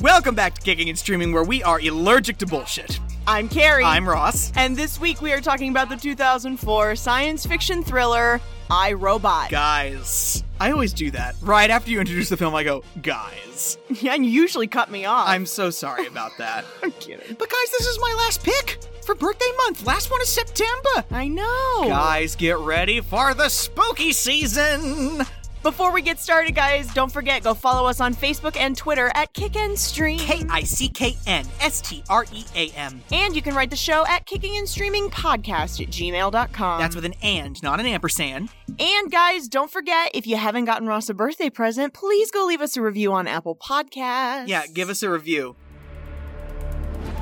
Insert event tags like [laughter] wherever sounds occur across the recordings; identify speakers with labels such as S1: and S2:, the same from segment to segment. S1: Welcome back to Kicking and Streaming, where we are allergic to bullshit.
S2: I'm Carrie.
S1: I'm Ross.
S2: And this week we are talking about the 2004 science fiction thriller I Robot.
S1: Guys, I always do that. Right after you introduce the film, I go, guys.
S2: Yeah, [laughs] and you usually cut me off.
S1: I'm so sorry about that.
S2: [laughs] I'm kidding.
S1: [laughs] But guys, this is my last pick for birthday month. Last one is September.
S2: I know.
S1: Guys, get ready for the spooky season.
S2: Before we get started, guys, don't forget go follow us on Facebook and Twitter at Kick and Stream.
S1: K I C K N S T R E A M.
S2: and you can write the show at kicking and streaming podcast at gmail.com.
S1: That's with an and, not an ampersand.
S2: And guys, don't forget if you haven't gotten Ross a birthday present, please go leave us a review on Apple Podcasts.
S1: Yeah, give us a review.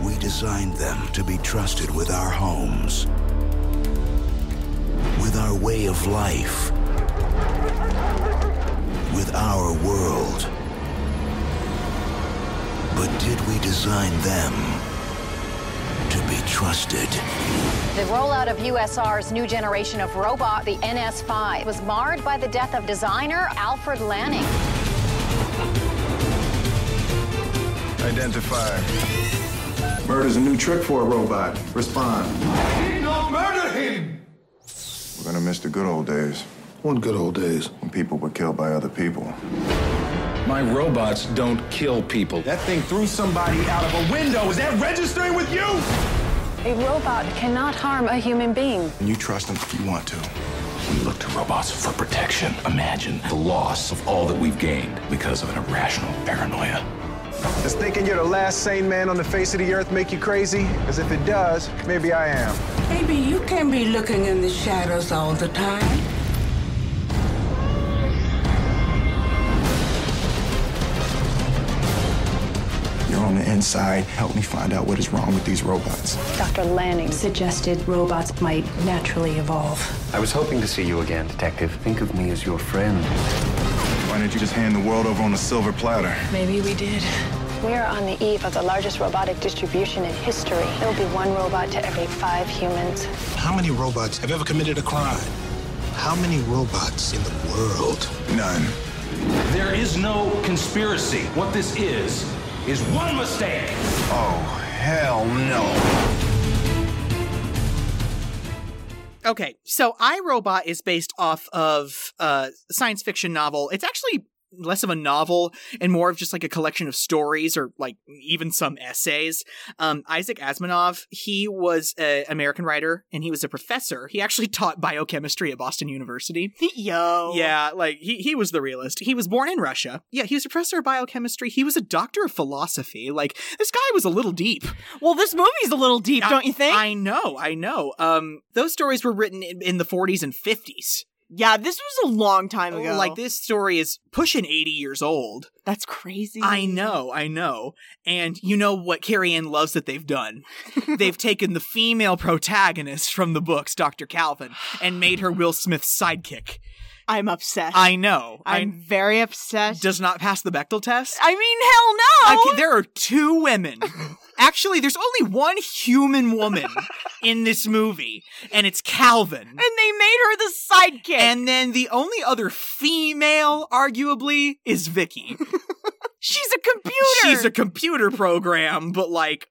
S3: We designed them to be trusted with our homes, with our way of life, with our world. But did we design them to be trusted?
S4: The rollout of USR's new generation of robot, the NS5, was marred by the death of designer Alfred Lanning.
S5: Identify. Murder's a new trick for a robot. Respond. murder him! We're gonna miss the good old days
S3: One good old days.
S5: when people were killed by other people.
S6: My robots don't kill people.
S7: That thing threw somebody out of a window. Is that registering with you?
S4: A robot cannot harm a human being.
S5: And you trust them if you want to.
S6: We look to robots for protection. Imagine the loss of all that we've gained because of an irrational paranoia.
S7: Does thinking you're the last sane man on the face of the earth make you crazy? Because if it does, maybe I am.
S8: Maybe you can be looking in the shadows all the time.
S5: You're on the inside. Help me find out what is wrong with these robots.
S4: Dr. Lanning
S9: suggested robots might naturally evolve.
S10: I was hoping to see you again, Detective. Think of me as your friend.
S5: Why didn't you just hand the world over on a silver platter?
S9: Maybe we did.
S4: We're on the eve of the largest robotic distribution in history. There'll be one robot to every five humans.
S3: How many robots have ever committed a crime? How many robots in the world?
S5: None.
S6: There is no conspiracy. What this is, is one mistake.
S5: Oh, hell no.
S1: Okay, so I Robot is based off of a science fiction novel. It's actually less of a novel and more of just like a collection of stories or like even some essays. Um, Isaac Asimov, he was an American writer and he was a professor. He actually [laughs] taught biochemistry at Boston University.
S2: [laughs] Yo.
S1: Yeah, like he, he was the realist. He was born in Russia. Yeah, he was a professor of biochemistry. He was a doctor of philosophy. Like this guy was a little deep.
S2: Well, this movie's a little deep, don't you think?
S1: I know, I know. Um, those stories were written in, in the 40s and 50s.
S2: yeah, this was a long time ago.
S1: Oh, Like this story is pushing 80 years old.
S2: That's crazy.
S1: I know, I know. And you know what Carrie Ann loves that they've
S2: [laughs]
S1: done? they've taken the female protagonist from the books, Dr. Calvin, and made her Will Smith's sidekick.
S2: I'm upset.
S1: I know.
S2: I'm
S1: I
S2: very upset.
S1: does not pass the Bechtel test.
S2: I mean, hell no.
S1: I can- there are two women.
S2: [laughs]
S1: Actually, there's only one human woman in this movie, and it's Calvin.
S2: and they made her the sidekick.
S1: And then the only other female, arguably, is Vicky.
S2: she's a computer.
S1: She's a computer program, but like,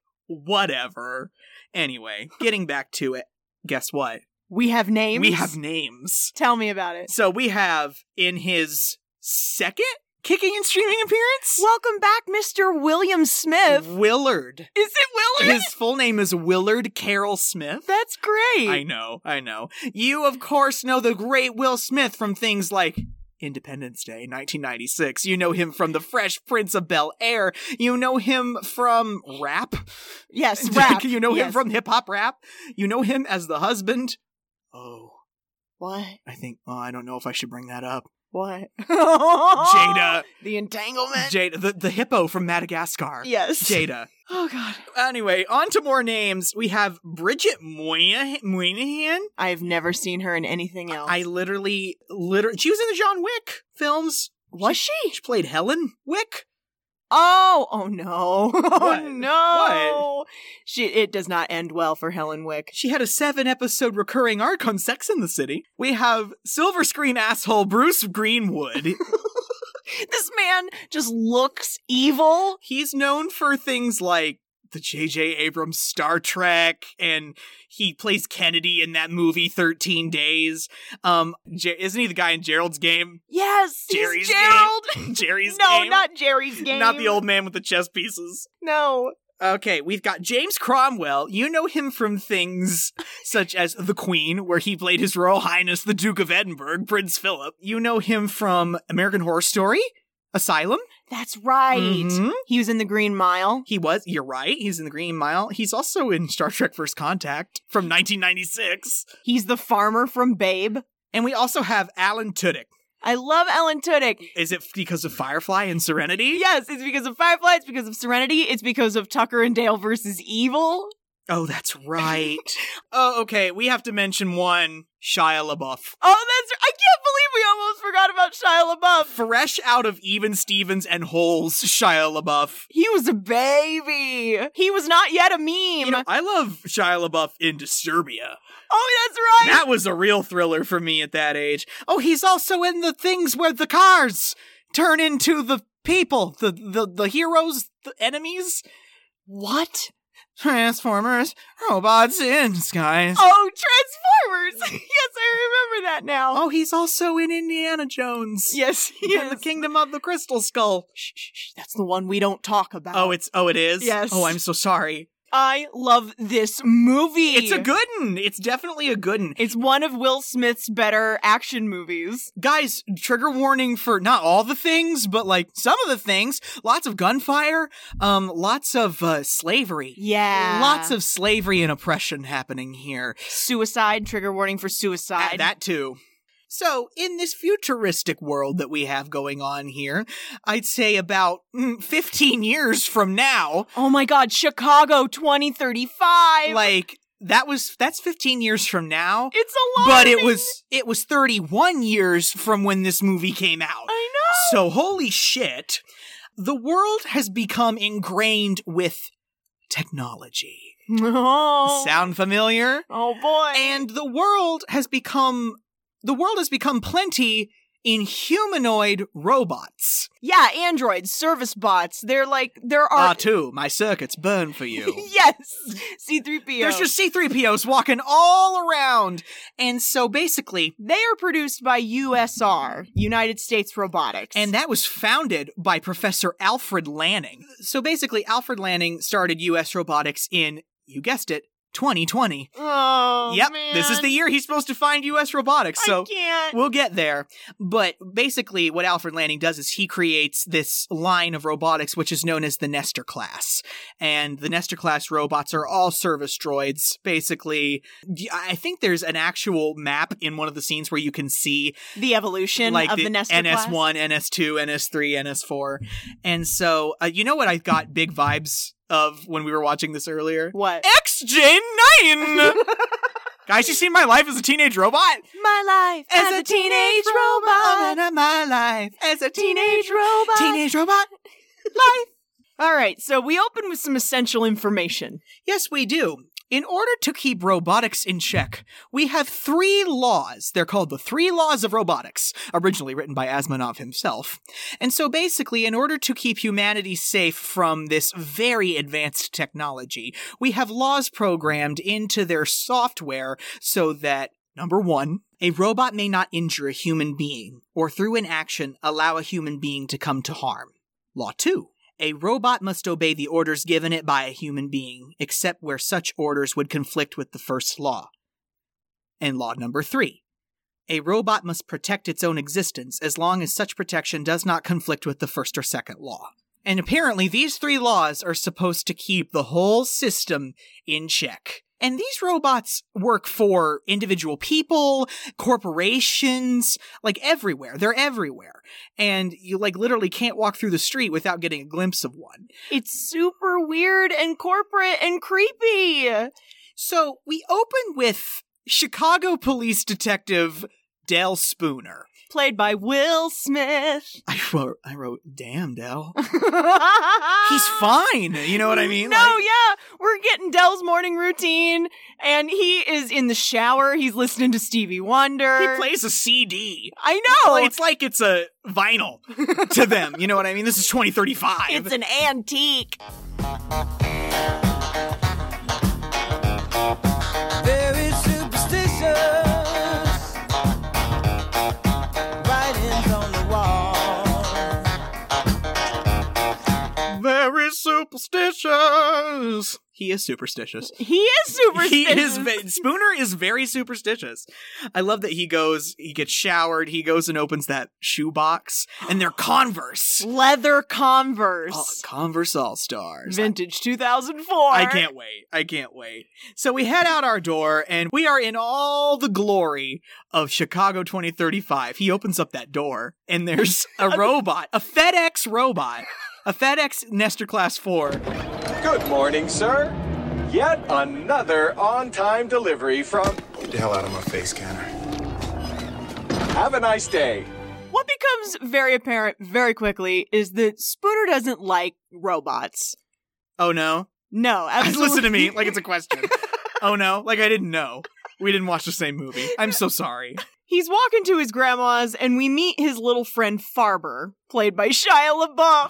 S1: whatever. Anyway, getting back to it, guess what?
S2: we have names.
S1: We have names.
S2: Tell me about it.
S1: So we have in his second kicking and streaming appearance,
S2: Welcome back, Mr. William Smith.
S1: Willard.
S2: Is it Willard?
S1: His full name is Willard Carroll Smith.
S2: That's great.
S1: I know, I know. You, of course, know the great Will Smith from things like Independence Day, 1996. You know him from The Fresh Prince of Bel Air. You know him from rap. [laughs]
S2: Yes, rap.
S1: you know him
S2: Yes.
S1: from hip hop rap. You know him as the husband. Oh,
S2: what?
S1: I think, oh, I don't know if I should bring that up.
S2: What? [laughs] Oh,
S1: Jada.
S2: The entanglement.
S1: Jada, the, the hippo from Madagascar.
S2: Yes.
S1: Jada.
S2: oh God,
S1: Anyway, on to more names. We have Bridget Moynihan. Moynihan?
S2: I have never seen her in anything else.
S1: I literally, literally, she was in the John Wick films.
S2: was she?
S1: She played Helen Wick.
S2: Oh, oh no, [laughs]
S1: What?
S2: oh no. She. It does not end well for Helen Wick.
S1: She had a seven episode recurring arc on Sex in the City. We have silver screen asshole Bruce Greenwood.
S2: This man just looks evil.
S1: He's known for things like the J.J. Abrams Star Trek, and he plays Kennedy in that movie, 13 Days. Um, Jer- Isn't he the guy in Gerald's game?
S2: Yes, he's
S1: Jerry's
S2: Gerald.
S1: game. [laughs] Jerry's
S2: no,
S1: game.
S2: not Jerry's game.
S1: Not the old man with the chess pieces.
S2: No.
S1: Okay, we've got James Cromwell. You know him from things [laughs] such as The Queen, where he played His Royal Highness the Duke of Edinburgh, Prince Philip. You know him from American Horror Story, Asylum.
S2: That's right.
S1: Mhm.
S2: He was in the Green Mile.
S1: He was, you're right, he's in The Green Mile. He's also in Star Trek First Contact from 1996.
S2: He's the farmer from Babe.
S1: And we also have Alan Tudyk.
S2: I love Ellen Tudyk.
S1: Is it because of Firefly and Serenity?
S2: Yes, it's because of Firefly. It's because of Serenity. It's because of Tucker and Dale versus Evil.
S1: Oh, that's right. oh, okay, we have to mention one Shia LaBeouf.
S2: Oh, that's. I can't believe we almost forgot about Shia LaBeouf.
S1: fresh out of Even Stevens and Holes, Shia LaBeouf.
S2: He was a baby. He was not yet a meme.
S1: You know, I love Shia LaBeouf in Disturbia.
S2: oh, that's right.
S1: That was a real thriller for me at that age. Oh, he's also in the things where the cars turn into the people, the the, the heroes, the enemies. What? Transformers, robots in disguise. Oh.
S2: oh,
S1: [laughs]
S2: Transformers. yes, I remember that now.
S1: Oh, he's also in Indiana Jones.
S2: [laughs] yes, he
S1: [laughs] in
S2: is.
S1: the Kingdom of the Crystal Skull.
S2: Shh, shh, shh. That's the one we don't talk about.
S1: Oh, it's oh, it is.
S2: Yes.
S1: Oh, I'm so sorry.
S2: I love this movie.
S1: It's a good one. It's definitely a good one.
S2: It's one of Will Smith's better action movies.
S1: Guys, trigger warning for not all the things, but like some of the things. Lots of gunfire, um, lots of uh, slavery.
S2: Yeah.
S1: Lots of slavery and oppression happening here.
S2: suicide trigger warning for
S1: Ah,
S2: suicide.
S1: that too. So, in this futuristic world that we have going on here, I'd say about mm, 15 years from now,
S2: oh my god, Chicago 2035.
S1: like that was that's 15 years from now.
S2: it's a lot.
S1: but it was it was 31 years from when this movie came out.
S2: I know.
S1: So holy shit, the world has become ingrained with technology.
S2: No.
S1: Sound familiar?
S2: [laughs] oh boy.
S1: And the world has become the world has become plenty in humanoid robots.
S2: yeah, androids, service bots. They're like there
S1: Ah,
S2: are
S1: too, my circuits burn
S2: [laughs]
S1: for you.
S2: Yes. C3PO.
S1: There's just C3POs walking all around. And so basically,
S2: they are produced by USR, United States Robotics.
S1: And that was founded by Professor Alfred Lanning. So basically, Alfred Lanning started US robotics in, you guessed it, 2020.
S2: oh,
S1: yep, this is
S2: man.
S1: the year he's supposed to find US robotics. So
S2: I can't.
S1: we'll get there. But basically, what Alfred Lanning does is he creates this line of robotics, which is known as the Nestor class. And the Nestor class robots are all service droids. Basically, I think there's an actual map in one of the scenes where you can see
S2: the evolution
S1: like
S2: of the,
S1: the,
S2: Nestor
S1: NS1,
S2: class.
S1: NS2, NS3, NS4. And so, uh, you know what I got big vibes of when we were watching this earlier?
S2: What?
S1: [laughs] XJ9! Guys, you seen my life as a teenage robot?
S2: My life as, a teenage robot.
S1: All of my life as a
S2: Teenage robot.
S1: Teenage robot.
S2: life. All right, so we open with some essential information.
S1: Yes, we do. In order to keep robotics in check, we have three laws. They're called the Three Laws of Robotics, originally written by Asimov himself. And so basically, in order to keep humanity safe from this very advanced technology, we have laws programmed into their software so that Number one, a robot may not injure a human being or through an action allow a human being to come to harm. Law two, a robot must obey the orders given it by a human being, except where such orders would conflict with the first law. And law number three, a robot must protect its own existence as long as such protection does not conflict with the first or second law. And apparently, these three laws are supposed to keep the whole system in check. And these robots work for individual people, corporations, like everywhere. They're everywhere. And you like literally can't walk through the street without getting a glimpse of one.
S2: It's super weird and corporate and creepy.
S1: So we open with Chicago police detective Dale Spooner.
S2: played by Will
S1: [laughs]
S2: Smith.
S1: I wrote, I wrote, damn, Dell.
S2: [laughs]
S1: He's fine. You know what I mean?
S2: No,
S1: Like,
S2: yeah, we're getting Dell's morning routine, and he is in the shower. He's listening to Stevie Wonder.
S1: he plays a CD.
S2: I know
S1: Well, it's like it's a [laughs] vinyl to them. You know what I mean? This is 2035.
S2: it's an antique.
S11: Very superstitious. Writings on the wall.
S1: very superstitious. He is superstitious.
S2: He is superstitious.
S1: He is ve- Spooner is very superstitious. I love that he goes, he gets showered, he goes and opens that shoebox, and they're Converse,
S2: leather Converse,
S1: Oh, Converse All Stars.
S2: vintage 2004.
S1: I can't wait. I can't wait. So we head out our door and we are in all the glory of Chicago 2035. He opens up that door and there's a robot, a FedEx robot, a FedEx Nestor Class 4.
S12: Good morning, sir. Yet another on time delivery from.
S3: Get the hell out of my face, Canner.
S12: Have a nice day.
S2: What becomes very apparent very quickly is that Spooner doesn't like robots.
S1: Oh no.
S2: No, absolutely.
S1: [laughs] Listen to me like it's a question. oh no, like I didn't know. We didn't watch the same movie. I'm so sorry.
S2: He's walking to his grandma's, and we meet his little friend Farber, played by Shia LaBeouf.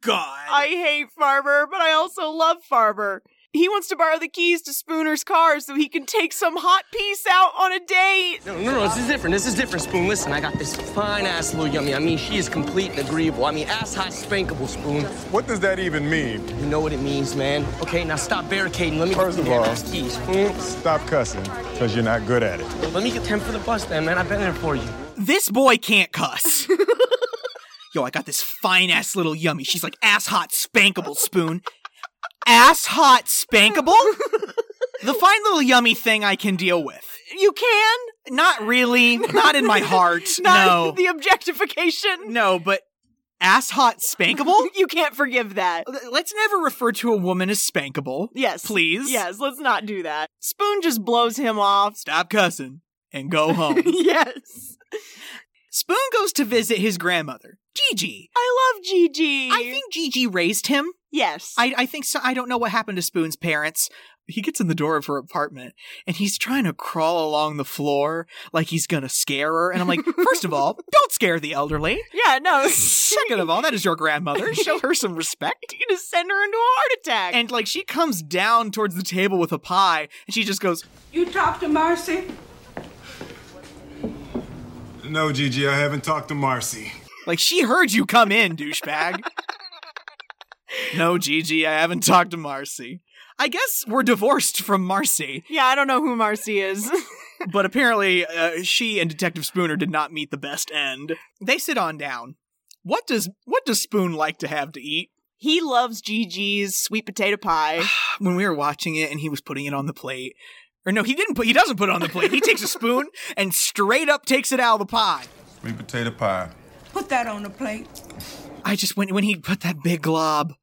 S1: God.
S2: I hate Farber, but I also love Farber. He wants to borrow the keys to Spooner's car so he can take some hot piece out on a date.
S11: No, no, no, this is different. This is different, Spoon. Listen, I got this fine ass little yummy. I mean, she is complete and agreeable. I mean, ass high spankable, Spoon.
S5: What does that even mean?
S11: You know what it means, man. Okay, now stop barricading. Let me
S5: First of
S11: get the damn
S5: all- mm,
S11: ass keys, Spoon.
S5: Stop cussing, because you're not good at it.
S11: Let me get 10 for the bus then, man. I've been there for you.
S1: this boy can't cuss. Yo, I got this fine ass little yummy. She's like ass hot spankable spoon. ass hot spankable? the fine little yummy thing I can deal with.
S2: You can?
S1: Not really, not in my heart.
S2: [laughs] Not
S1: no.
S2: the objectification.
S1: no, but ass hot spankable?
S2: [laughs] You can't forgive that.
S1: Let's never refer to a woman as spankable.
S2: Yes.
S1: Please.
S2: Yes, let's not do that. Spoon just blows him off. [laughs]
S1: Stop cussing and go home.
S2: yes.
S1: Spoon goes to visit his grandmother, Gigi.
S2: I love Gigi.
S1: I think Gigi raised him.
S2: Yes.
S1: I, I think so. I don't know what happened to Spoon's parents. He gets in the door of her apartment and he's trying to crawl along the floor like he's gonna scare her. And I'm like, first of all, don't scare the elderly.
S2: yeah,
S1: [laughs]
S2: no.
S1: Second of all, that is your grandmother. Show her some respect.
S2: You're gonna send her into a heart attack.
S1: And like she comes down towards the table with a pie and she just goes,
S8: You talk to Marcy?
S5: No, Gigi, I haven't talked to Marcy.
S1: like she heard you come in, douchebag. no, Gigi, I haven't talked to Marcy. I guess we're divorced from Marcy.
S2: yeah, I don't know who Marcy is. [laughs]
S1: but apparently uh, she and detective spooner did not meet the best end they sit on down what does what does spoon like to have to eat
S2: he loves Gigi's sweet potato
S1: [sighs]
S2: pie.
S1: when we were watching it and he was putting it on the plate or no he didn't put he doesn't put it on the plate he takes a spoon and straight up takes it out of the pie
S5: Sweet potato pie.
S8: Put that on the plate.
S1: i just when when he put that big glob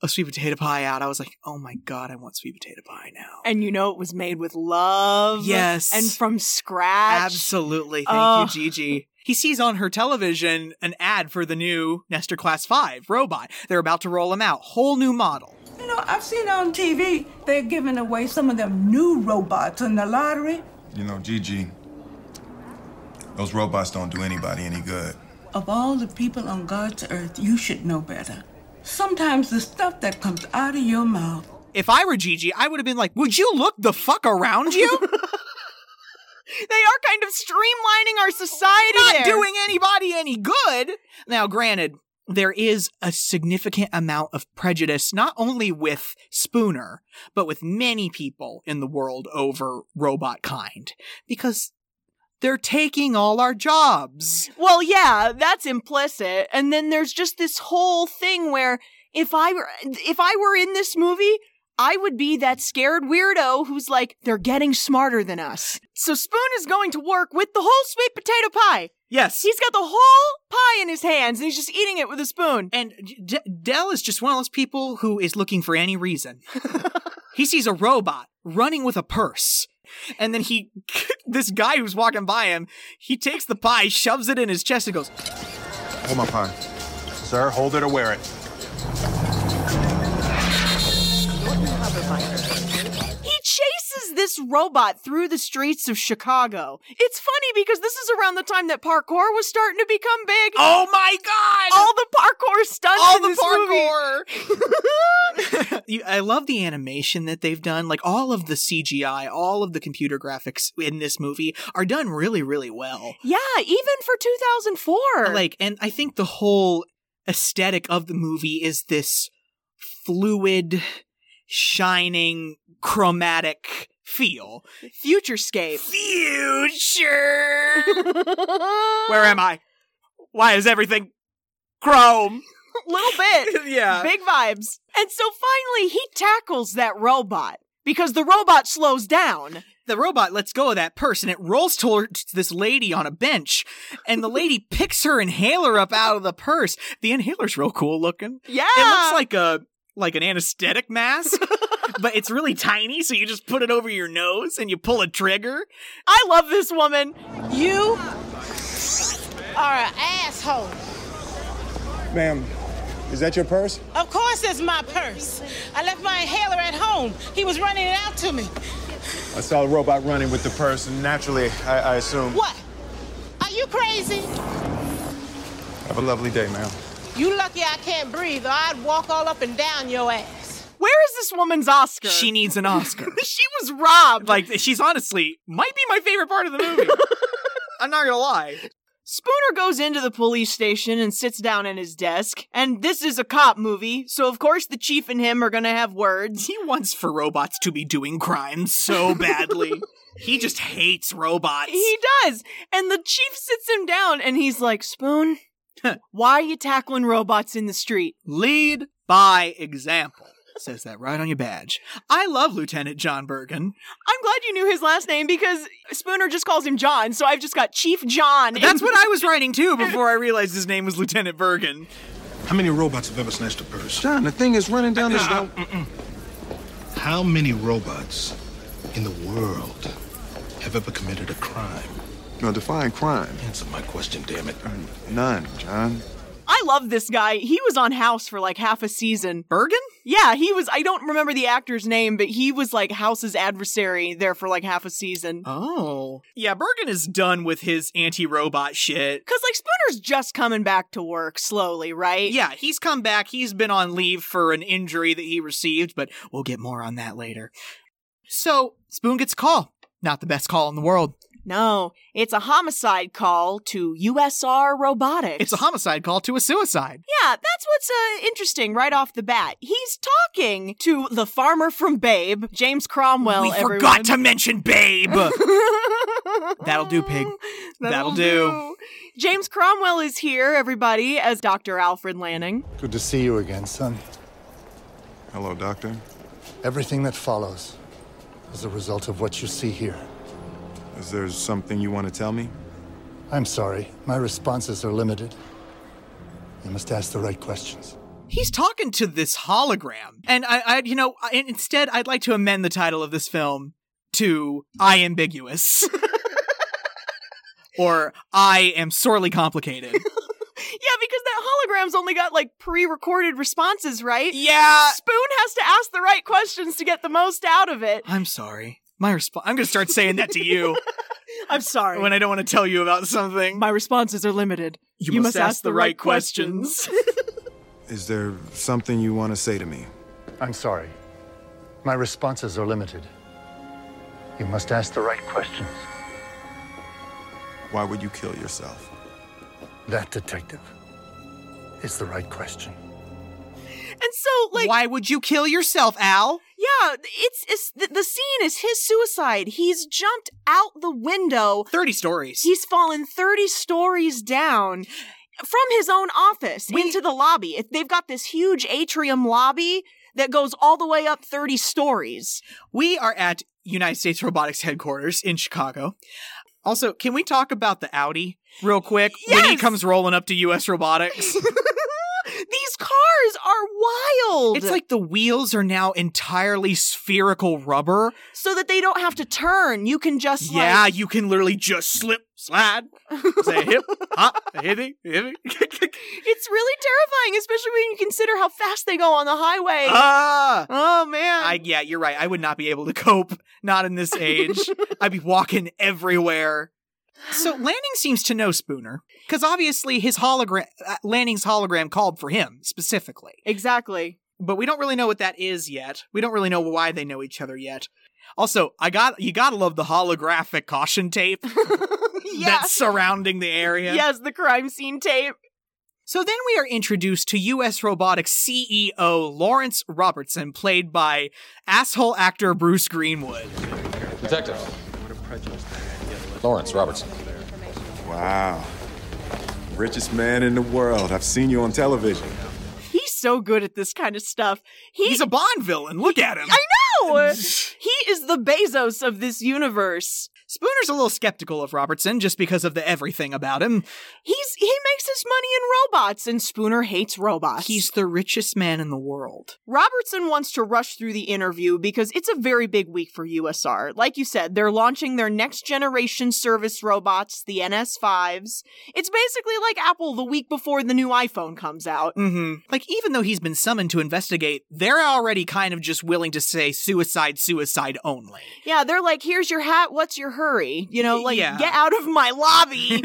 S1: of sweet potato pie out i was like oh my god i want sweet potato pie now
S2: and you know it was made with love.
S1: Yes.
S2: And from scratch.
S1: absolutely thank
S2: Ugh.
S1: you gigi he sees on her television an ad for the new Nestor Class 5 robot. They're about to roll him out. Whole new model.
S8: You know, I've seen on TV they're giving away some of them new robots in the lottery.
S5: You know, Gigi, those robots don't do anybody any good.
S8: Of all the people on God's earth, you should know better. Sometimes the stuff that comes out of your mouth.
S1: if I were Gigi, I would have been like, "Would you look the fuck around [laughs] you?
S2: They are kind of streamlining our society.
S1: Not
S2: there.
S1: doing anybody any good." Now, granted, there is a significant amount of prejudice not only with Spooner, but with many people in the world over robot kind because they're taking all our jobs.
S2: Well, yeah, that's implicit. And then there's just this whole thing where if I were if I were in this movie, I would be that scared weirdo who's like, they're getting smarter than us. So Spoon is going to work with the whole sweet potato pie.
S1: Yes.
S2: He's got the whole pie in his hands and he's just eating it with a spoon.
S1: and D- Dell is just one of those [laughs] people who is looking for any reason. he sees a robot running with a purse And then he, [laughs] this guy who's walking by him, he takes the pie, shoves it in his chest, and goes,
S5: Hold my pie. Sir, hold it or wear it.
S2: He chases this robot through the streets of Chicago. It's funny because this is around the time that parkour was starting to become big.
S1: Oh my god!
S2: All the parkour stunts.
S1: All
S2: in
S1: the
S2: this
S1: [laughs] You- I love the animation that they've done. Like all of the CGI, all of the computer graphics in this movie are done really, really well.
S2: Movie. Yeah, even for 2004.
S1: Like, and I think the whole aesthetic of the movie is this fluid, shining, chromatic feel.
S2: Futurescape.
S1: Future. Where am I? Why is everything chrome?
S2: [laughs] little bit.
S1: [laughs] Yeah.
S2: Big vibes. And so finally he tackles that robot because the robot slows down.
S1: the robot lets go of that person. It rolls towards this lady on a bench, and the lady
S2: [laughs]
S1: picks her inhaler up out of the purse. The inhaler's real cool looking.
S2: Yeah.
S1: It looks like a like an
S2: [laughs]
S1: anesthetic mask, but it's really tiny, so you just put it over your nose and you pull a trigger.
S2: I love this woman. You
S13: are an asshole.
S7: Ma'am, is that your purse?
S13: Of course, it's my purse. I left my inhaler at home. He was running it out to me.
S7: I saw a robot running with the purse, and naturally, I, I assume.
S13: What? Are you crazy?
S7: Have a lovely day, ma'am.
S13: You lucky I can't breathe, or I'd walk all up and down your ass.
S2: Where is this woman's Oscar?
S1: She needs an Oscar.
S2: [laughs] she was robbed.
S1: like she's honestly might be my favorite part of
S2: [laughs]
S1: the movie. I'm not gonna lie.
S2: Spooner goes into the police station and sits down at his desk. And this is a cop movie, so of course the chief and him are gonna have words. [laughs]
S1: He wants for robots to be doing crimes
S2: [laughs]
S1: so badly. he just hates robots.
S2: He does. And the chief sits him down and he's like, Spoon, why are you tackling robots in the street?
S1: Lead by example. Says that right on your badge. I love Lieutenant John Bergen.
S2: I'm glad you knew his last name because Spooner just calls him John, so I've just got Chief John.
S1: That's what I was writing too before I realized his name was Lieutenant Bergen.
S5: How many robots have ever snatched a purse?
S7: John, the thing is running down this.
S5: How many robots in the world have ever committed a crime?
S7: No, define crime.
S5: Answer my question, damn it.
S7: None, John.
S2: I love this guy. He was on House for like half a season.
S1: Bergen?
S2: Yeah, he was. I don't remember the actor's name, but he was like House's adversary there for like half a season.
S1: Oh. Yeah, Bergen is done with his anti robot shit.
S2: Because like Spooner's just coming back to work slowly, right?
S1: Yeah, he's come back. He's been on leave for an injury that he received, but we'll get more on that later. So, Spoon gets a call. Not the best call in the world.
S2: No, it's a homicide call to USR Robotics.
S1: It's a homicide call to a suicide.
S2: Yeah, that's what's uh, interesting right off the bat. He's talking to the farmer from Babe, James Cromwell.
S1: we
S2: everyone.
S1: forgot to mention Babe. [laughs] That'll do, pig.
S2: That'll
S1: That'll, do.
S2: James Cromwell is here, everybody, as Dr. Alfred Lanning.
S14: Good to see you again, son.
S5: Hello, Doctor.
S14: Everything that follows is the result of what you see here.
S5: Is there something you want to tell me?
S14: I'm sorry, my responses are limited. You must ask the right questions.
S1: He's talking to this hologram. And I, I you know, I, instead, I'd like to amend the title of this film to I [laughs] Ambiguous. or I Am Sorely Complicated.
S2: Yeah, because that hologram's only got like pre recorded responses, right?
S1: [laughs] Yeah.
S2: Spoon has to ask the right questions to get the most out of it.
S1: I'm sorry. My response. I'm going to start saying that to [laughs] you
S2: I'm sorry.
S1: when I don't want to tell you about something.
S2: My responses are limited.
S1: You, must, ask, the, right questions.
S5: Is there something you want to say to me?
S14: I'm sorry, my responses are limited. You must ask the right questions.
S5: Why would you kill yourself?
S14: That, detective, is the right question.
S2: And so, like,
S1: Why would you kill yourself, Al?
S2: yeah, it's, it's the, the scene is his suicide. He's jumped out the window
S1: 30 stories.
S2: He's fallen 30 stories down from his own office into the lobby. It- They've got this huge atrium lobby that goes all the way up 30
S1: [laughs]
S2: stories.
S1: We are at United States Robotics headquarters in Chicago. Also, can we talk about the Audi real quick? When he
S2: Yes! [laughs]
S1: comes rolling up to US Robotics.
S2: These cars are wild.
S1: It's like the wheels are now entirely spherical rubber.
S2: so that they don't have to turn. You can just
S1: yeah,
S2: like,
S1: you can literally just slip, slide, say hip, hop, hitty, hitty. [laughs]
S2: it's really terrifying, especially when you consider how fast they go on the highway.
S1: Ah!
S2: Oh man. [laughs]
S1: I, yeah, you're right. I would not be able to cope. Not in this age. I'd be walking everywhere. So Lanning seems to know Spooner because obviously his hologram, uh, Lanning's hologram, called for him specifically.
S2: Exactly.
S1: But we don't really know what that is yet. We don't really know why they know each other yet. Also, I got you gotta love the holographic caution tape that's surrounding the area.
S2: Yes, the crime scene tape.
S1: So then we are introduced to US Robotics CEO Lawrence Robertson, played by asshole actor Bruce Greenwood.
S15: Detective. Lawrence Robertson.
S5: Wow. Richest man in the world. I've seen you on television.
S2: He's so good at this kind of stuff. He,
S1: He's a Bond villain. Look at him.
S2: I know. he is the Bezos of this universe.
S1: Spooner's a little skeptical of Robertson just because of the everything about him.
S2: He's he makes his money in robots, and Spooner hates robots.
S1: He's the richest man in the world.
S2: Robertson wants to rush through the interview because it's a very big week for USR. Like you said, they're launching their next generation service robots, the NS5s. It's basically like Apple the week before the new iPhone comes out.
S1: Mm-hmm. Like, even though he's been summoned to investigate, they're already kind of just willing to say suicide, suicide only.
S2: Yeah, they're like, here's your hat, what's your hurry? You know, like,
S1: Yeah.
S2: get out of my
S1: [laughs]
S2: lobby.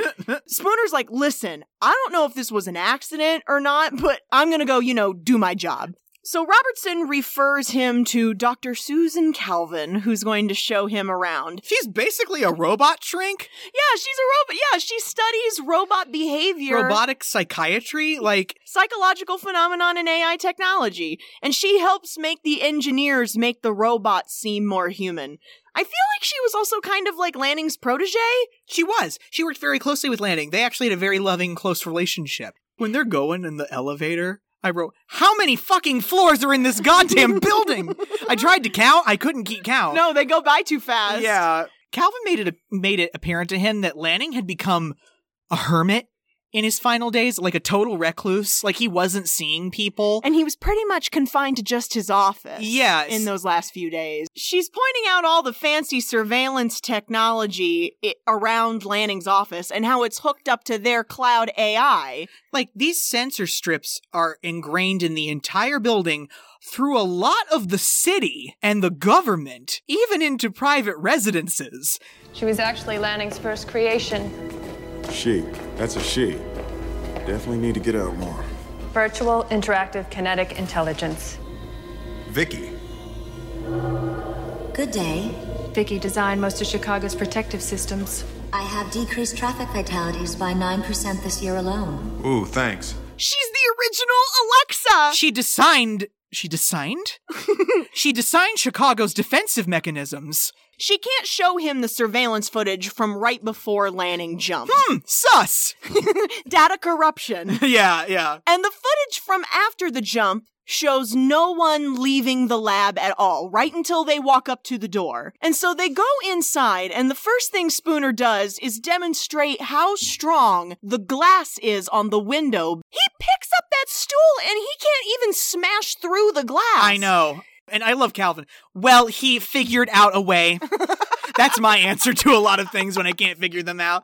S2: Spooner's like, listen, I don't know if this was an accident or not, but I'm gonna go, you know, do my job. So Robertson refers him to Dr. Susan Calvin, who's going to show him around.
S1: She's basically a robot shrink.
S2: Yeah, she's a robot. Yeah, she studies robot behavior.
S1: Robotic psychiatry? Like,
S2: psychological phenomenon in AI technology, and she helps make the engineers make the robots seem more human. I feel like she was also kind of like Lanning's protege.
S1: she was. She worked very closely with Lanning. They actually had a very loving, close relationship. When they're going in the elevator, I wrote, How many fucking floors are in this goddamn [laughs] building? I tried to count, I couldn't keep count.
S2: No, they go by too fast.
S1: Yeah. Calvin made it made it apparent to him that Lanning had become a hermit in his final days, like a total recluse, like he wasn't seeing people.
S2: And he was pretty much confined to just his office.
S1: Yes.
S2: In those last few days. She's pointing out all the fancy surveillance technology i- around Lanning's office and how it's hooked up to their cloud AI.
S1: like these sensor strips are ingrained in the entire building through a lot of the city and the government, even into private residences.
S16: She was actually Lanning's first creation.
S5: She. That's a she. Definitely need to get out more.
S16: Virtual interactive kinetic intelligence.
S5: Vicky.
S17: Good day.
S16: Vicky designed most of Chicago's protective systems.
S17: I have decreased traffic fatalities by 9% this year alone.
S5: Ooh, thanks.
S2: She's the original Alexa.
S1: She designed
S2: [laughs]
S1: she designed? she designed Chicago's defensive mechanisms.
S2: She can't show him the surveillance footage from right before Lanning jumped.
S1: Hmm, sus.
S2: [laughs]
S1: [laughs]
S2: Data corruption.
S1: yeah, yeah.
S2: And the footage from after the jump shows no one leaving the lab at all, right until they walk up to the door. And so they go inside, and the first thing Spooner does is demonstrate how strong the glass is on the window. He picks up that stool and he can't even smash through the glass.
S1: I know. And I love Calvin. Well, he figured out a way. That's my answer to a lot of things when I can't figure them out.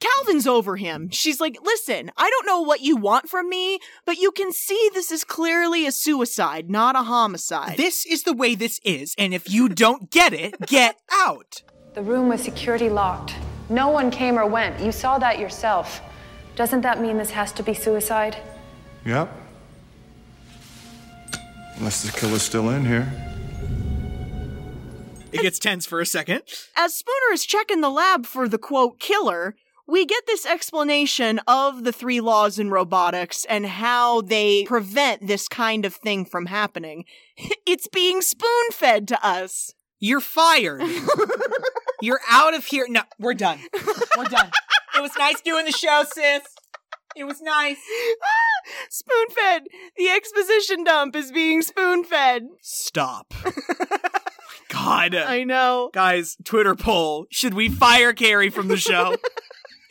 S2: Calvin's over him. She's like, listen, I don't know what you want from me, but you can see this is clearly a suicide, not a homicide.
S1: This is the way this is, and if you don't get it, get out.
S16: The room was security locked. No one came or went. You saw that yourself. Doesn't that mean this has to be suicide?
S5: Yep. Unless the killer's still in here.
S1: It gets tense for a second.
S2: As Spooner is checking the lab for the quote killer, we get this explanation of the three laws in robotics and how they prevent this kind of thing from happening. [laughs] it's being spoon fed to us.
S1: You're fired. You're out of here. No, we're done. We're done. it was nice doing the show, sis. It
S2: [laughs]
S1: was nice.
S2: spoon fed. The exposition dump is being spoon fed.
S1: Stop. God. I
S2: know.
S1: Guys, Twitter poll. Should we fire Carrie from the show?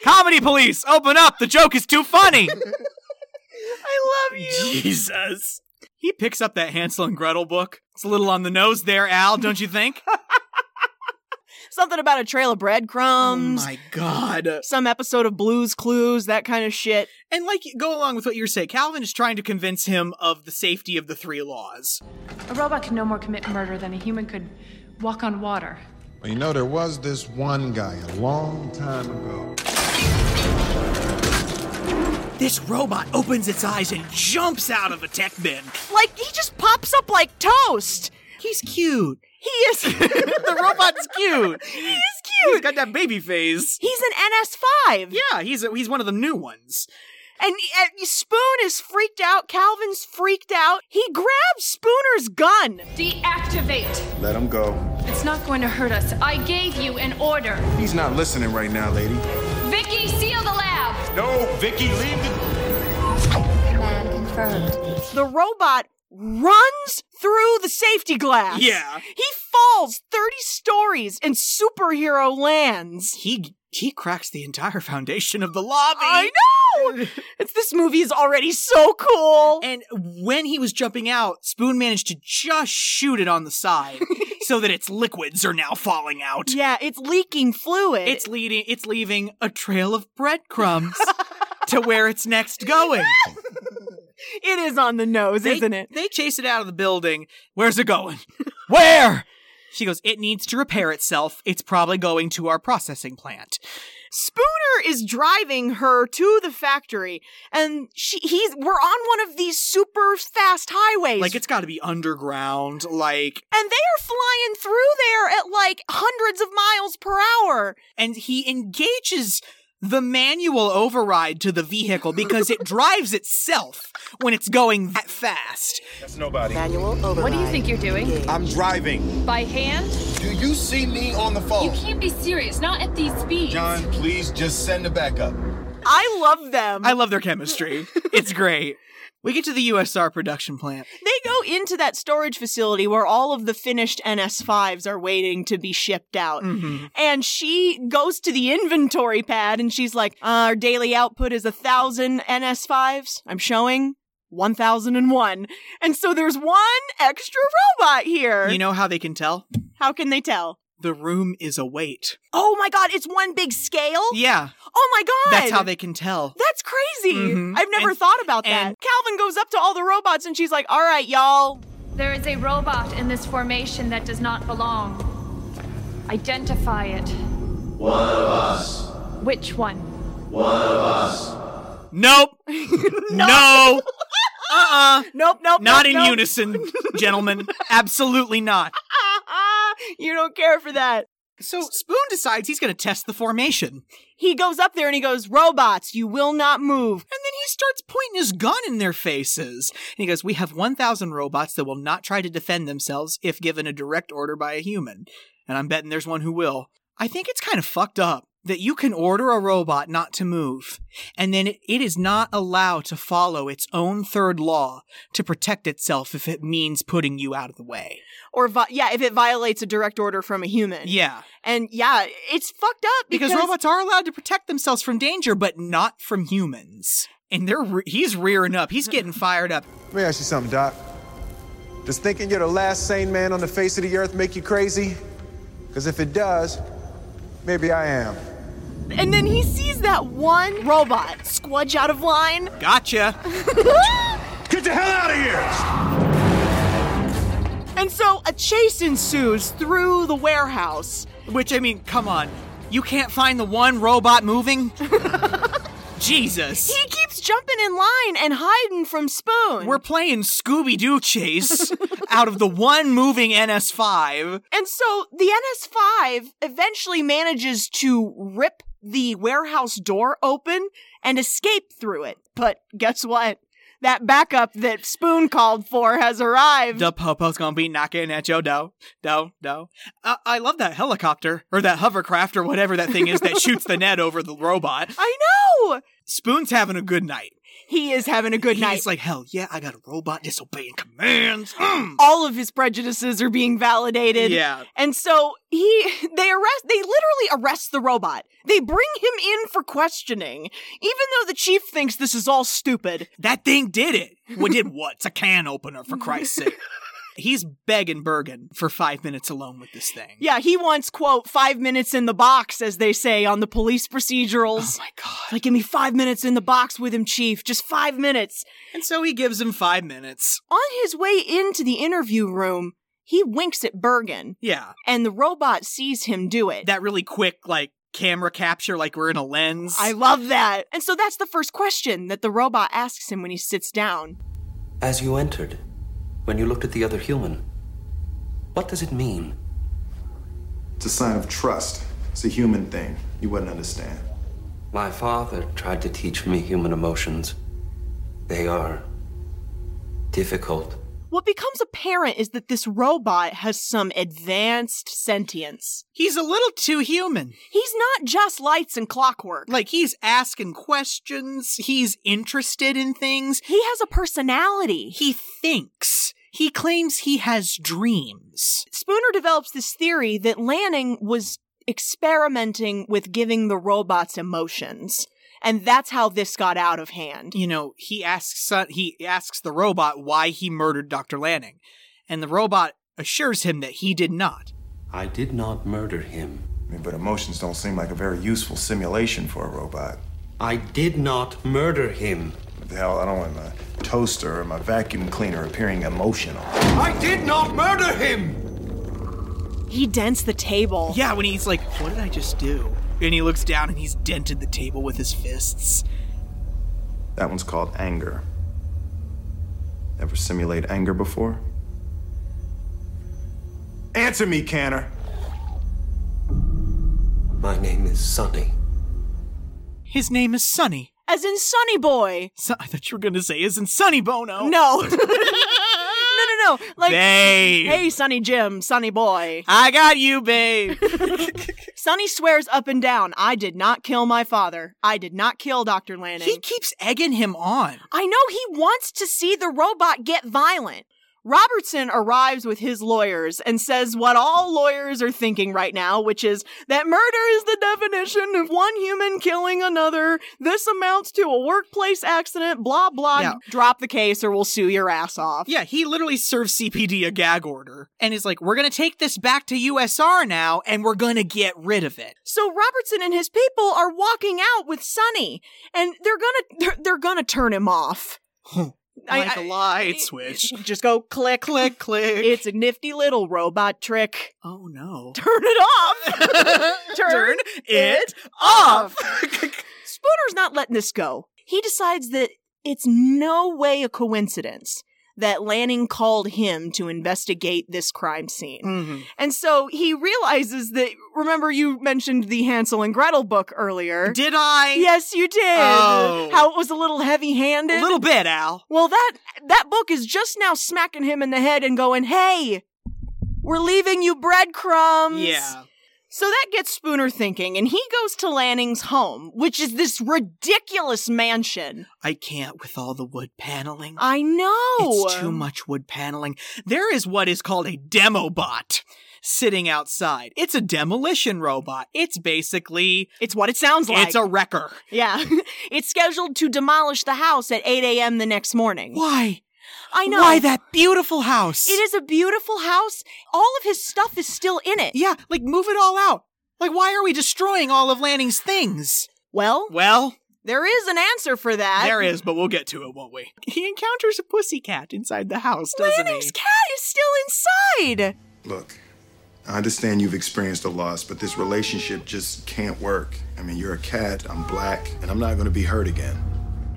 S1: Comedy police, open up. The joke is too funny.
S2: I love you.
S1: Jesus. He picks up that Hansel and Gretel book. It's a little on the nose there, Al, don't you think?
S2: Something about a trail of breadcrumbs.
S1: Oh [laughs] my God.
S2: Some episode of Blues Clues, that kind of shit.
S1: And like, go along with what you're saying. Calvin is trying to convince him of the safety of the three laws.
S16: A robot can no more commit murder than a human could walk on water.
S5: Well, you know, there was this one guy a long time ago.
S1: This robot opens its eyes and jumps out of a tech bin.
S2: Like, he just pops up like toast.
S1: He's cute.
S2: He is.
S1: [laughs] the robot's
S2: [laughs]
S1: cute.
S2: he is cute.
S1: He's got that baby face.
S2: He's an
S1: NS5. Yeah, he's a, he's one of the new ones.
S2: And, and Spoon is freaked out. Calvin's freaked out. He grabs Spooner's gun.
S16: Deactivate.
S5: Let him go.
S16: It's not going to hurt us. I gave you an order.
S5: He's not listening right now, lady.
S16: Vicky, seal the lab.
S5: No, Vicky, leave
S17: Command confirmed.
S2: The robot runs through the safety glass.
S1: Yeah.
S2: He falls 30 stories and superhero lands.
S1: He he cracks the entire foundation of the lobby.
S2: I know. it's this movie is already so cool.
S1: And when he was jumping out, Spoon managed to just shoot it on
S2: [laughs]
S1: the side so that its liquids are now falling out.
S2: Yeah, it's leaking fluid.
S1: It's leading it's leaving a trail of
S2: [laughs]
S1: breadcrumbs to where it's next going.
S2: it is on the nose,
S1: They-
S2: isn't it?
S1: They chase it out of the building. Where's
S2: [laughs]
S1: it going? Where? She goes, It needs to repair itself. It's probably going to our processing plant.
S2: Spooner is driving her to the factory, and she he's we're on one of these super fast highways.
S1: Like, it's got to be underground. Like,
S2: and they are flying through there at like hundreds of miles per hour.
S1: and he engages the manual override to the vehicle
S2: [laughs]
S1: because it drives itself when it's going that fast.
S5: That's nobody.
S15: Manual
S16: What do you think you're doing?
S5: I'm driving.
S16: By hand?
S5: Do you see me on the
S16: You
S5: phone?
S16: can't be serious. Not at these speeds.
S5: John, please just send it back up.
S2: I love them.
S1: I love their chemistry. it's great. We get to the USR production plant.
S2: they go into that storage facility where all of the finished NS5s are waiting to be shipped out.
S1: Mm-hmm.
S2: And she goes to the inventory pad and she's like, "Uh, Our daily output is a thousand NS5s. I'm showing 1001. And so there's one extra robot here.
S1: You know how they can tell?
S2: How can they tell?
S1: The room is a weight.
S2: Oh my God, it's one big scale?
S1: Yeah,
S2: Oh my God.
S1: that's how they can tell.
S2: That's crazy.
S1: Mhm.
S2: I've never
S1: And-
S2: thought about that.
S1: and-
S2: Calvin goes up to all the robots and she's like, All right, y'all,
S16: There is a robot in this formation that does not belong. Identify it.
S18: One of us.
S16: Which one?
S18: One of us.
S2: [laughs]
S1: Nope. no. Uh uh
S2: Nope, nope.
S1: Not
S2: nope,
S1: in
S2: nope.
S1: unison, gentlemen. Absolutely not.
S2: Ah, you don't care for that.
S1: So Spoon decides he's going to test the formation.
S2: He goes up there and he goes, Robots, you will not move.
S1: And then he starts pointing his gun in their faces. And he goes, We have 1,000 robots that will not try to defend themselves if given a direct order by a human. And I'm betting there's one who will. I think it's kind of fucked up that you can order a robot not to move, and then it is not allowed to follow its own third law to protect itself if it means putting you out of the way.
S2: Or, vi- yeah, if it violates a direct order from a human.
S1: Yeah.
S2: And yeah, it's fucked up because,
S1: because, robots are allowed to protect themselves from danger, but not from humans. And they're re- he's rearing up. He's
S5: [laughs]
S1: getting fired up.
S7: Let me ask you something, Doc. Does thinking you're the last sane man on the face of the earth make you crazy? Because if it does, maybe I am.
S2: And then he sees that one robot squudge out of line.
S1: Gotcha.
S5: [laughs] Get the hell out of here!
S2: And so a chase ensues through the warehouse.
S1: Which I mean, come on, you can't find the one robot moving.
S5: [laughs]
S1: Jesus,
S2: He keeps jumping in line and hiding from Spoon.
S1: we're playing Scooby
S5: [laughs]
S1: Doo chase out of the one moving NS5.
S2: And so the NS5 eventually manages to rip the warehouse door open and escape through it. But guess what? That backup that Spoon called for has arrived.
S1: The popo's gonna be knocking at your door, door, door. I-, I love that helicopter or that hovercraft or whatever that thing is that shoots the net over the robot.
S2: I know!
S1: Spoon's having a good night.
S2: he is having a good night.
S1: He's like, hell yeah, I got a robot disobeying commands. Mm.
S2: all of his prejudices are being validated.
S1: Yeah.
S2: And so he [laughs] they arrest they literally arrest the robot. They bring him in for questioning, even though the chief thinks this is all stupid.
S1: That thing did it. What did what? It's a can opener for
S2: [laughs]
S1: Christ's sake. He's begging Bergen for five minutes alone with this thing.
S2: Yeah, he wants, quote, five minutes in the box, as they say on the police procedurals.
S1: Oh my God.
S2: Like, give me five minutes in the box with him, Chief. Just five minutes.
S1: And so he gives him five minutes.
S2: On his way into the interview room, he winks at Bergen.
S1: Yeah.
S2: And the robot sees him do it.
S1: That really quick, like, camera capture, like we're in a lens.
S2: I love that. And so that's the first question that the robot asks him when he sits down.
S10: As you entered, when you looked at the other human. What does it mean?
S5: It's a sign of trust. It's a human thing. You wouldn't understand.
S10: My father tried to teach me human emotions. They are difficult.
S2: What becomes apparent is that this robot has some advanced sentience.
S1: He's a little too human.
S2: He's not just lights and clockwork.
S1: Like, he's asking questions, he's interested in things.
S2: He has a personality.
S1: He thinks. He claims he has dreams.
S2: Spooner develops this theory that Lanning was experimenting with giving the robots emotions and that's how this got out of hand.
S1: You know, he asks uh, he asks the robot why he murdered Dr. Lanning, and the robot assures him that he did not.
S10: I did not murder him.
S5: But emotions don't seem like a very useful simulation for a robot.
S10: I did not murder him.
S5: What the hell, I don't want my toaster or my vacuum cleaner appearing emotional.
S12: I did not murder him.
S2: He dents the table.
S1: Yeah, when he's like, "What did I just do?" and he looks down and he's dented the table with his fists.
S5: That one's called anger. Ever simulate anger before? Answer me, Canner!
S10: My name is Sonny.
S1: His name is Sonny.
S2: As in Sonny Boy.
S1: So, I thought you were going to say, as in Sonny Bono. [laughs]
S2: No. [laughs] no, no, no. Like,
S1: babe.
S2: hey, Sonny Jim, Sonny Boy.
S1: I got you, babe.
S2: Sonny swears up and down, I did not kill my father. I did not kill Dr. Lanning.
S1: He keeps egging him on.
S2: I know he wants to see the robot get violent. Robertson arrives with his lawyers and says what all lawyers are thinking right now, which is that murder is the definition of one human killing another. This amounts to a workplace accident, blah, blah.
S1: Yeah.
S2: Drop the case or we'll sue your ass off.
S1: Yeah, he literally serves CPD a gag order and is like, we're going to take this back to USR now and we're going to get rid of it.
S2: So Robertson and his people are walking out with Sonny and they're going to, they're, they're going to turn him off.
S1: like I, a light I, switch.
S2: [laughs] Just go click,
S1: click, click.
S2: It's a nifty little robot trick.
S1: Oh no.
S2: Turn it off.
S1: [laughs] Turn, Turn, it off. [laughs]
S2: Spooner's not letting this go. He decides that it's no way a coincidence that Lanning called him to investigate this crime scene.
S1: Mm-hmm.
S2: And so he realizes that, remember, you mentioned the Hansel and Gretel book earlier.
S1: Did I?
S2: Yes, you did.
S1: Oh.
S2: How it was a little heavy handed.
S1: A little bit, Al.
S2: Well, that, that book is just now smacking him in the head and going, hey, we're leaving you breadcrumbs.
S1: Yeah.
S2: So that gets Spooner thinking, and he goes to Lanning's home, which is this ridiculous mansion.
S1: I can't with all the wood paneling.
S2: I know.
S1: It's too much wood paneling. There is what is called a demo bot sitting outside. It's a demolition robot. It's basically.
S2: It's what it sounds like.
S1: It's a wrecker.
S2: Yeah. [laughs] it's scheduled to demolish the house at 8 a.m. the next morning.
S1: Why?
S2: I know.
S1: Why that beautiful house?
S2: It is a beautiful house. All of his stuff is still in it.
S1: Yeah, like move it all out. Like why are we destroying all of Lanning's things?
S2: Well,
S1: well,
S2: there is an answer for that.
S1: There is, but we'll get to it, won't we? He encounters a pussy cat inside the house, doesn't
S2: Lanning's
S1: he?
S2: cat is still inside.
S5: Look, I understand you've experienced a loss, but this relationship just can't work. I mean, you're a cat, I'm black, and I'm not going to be hurt again.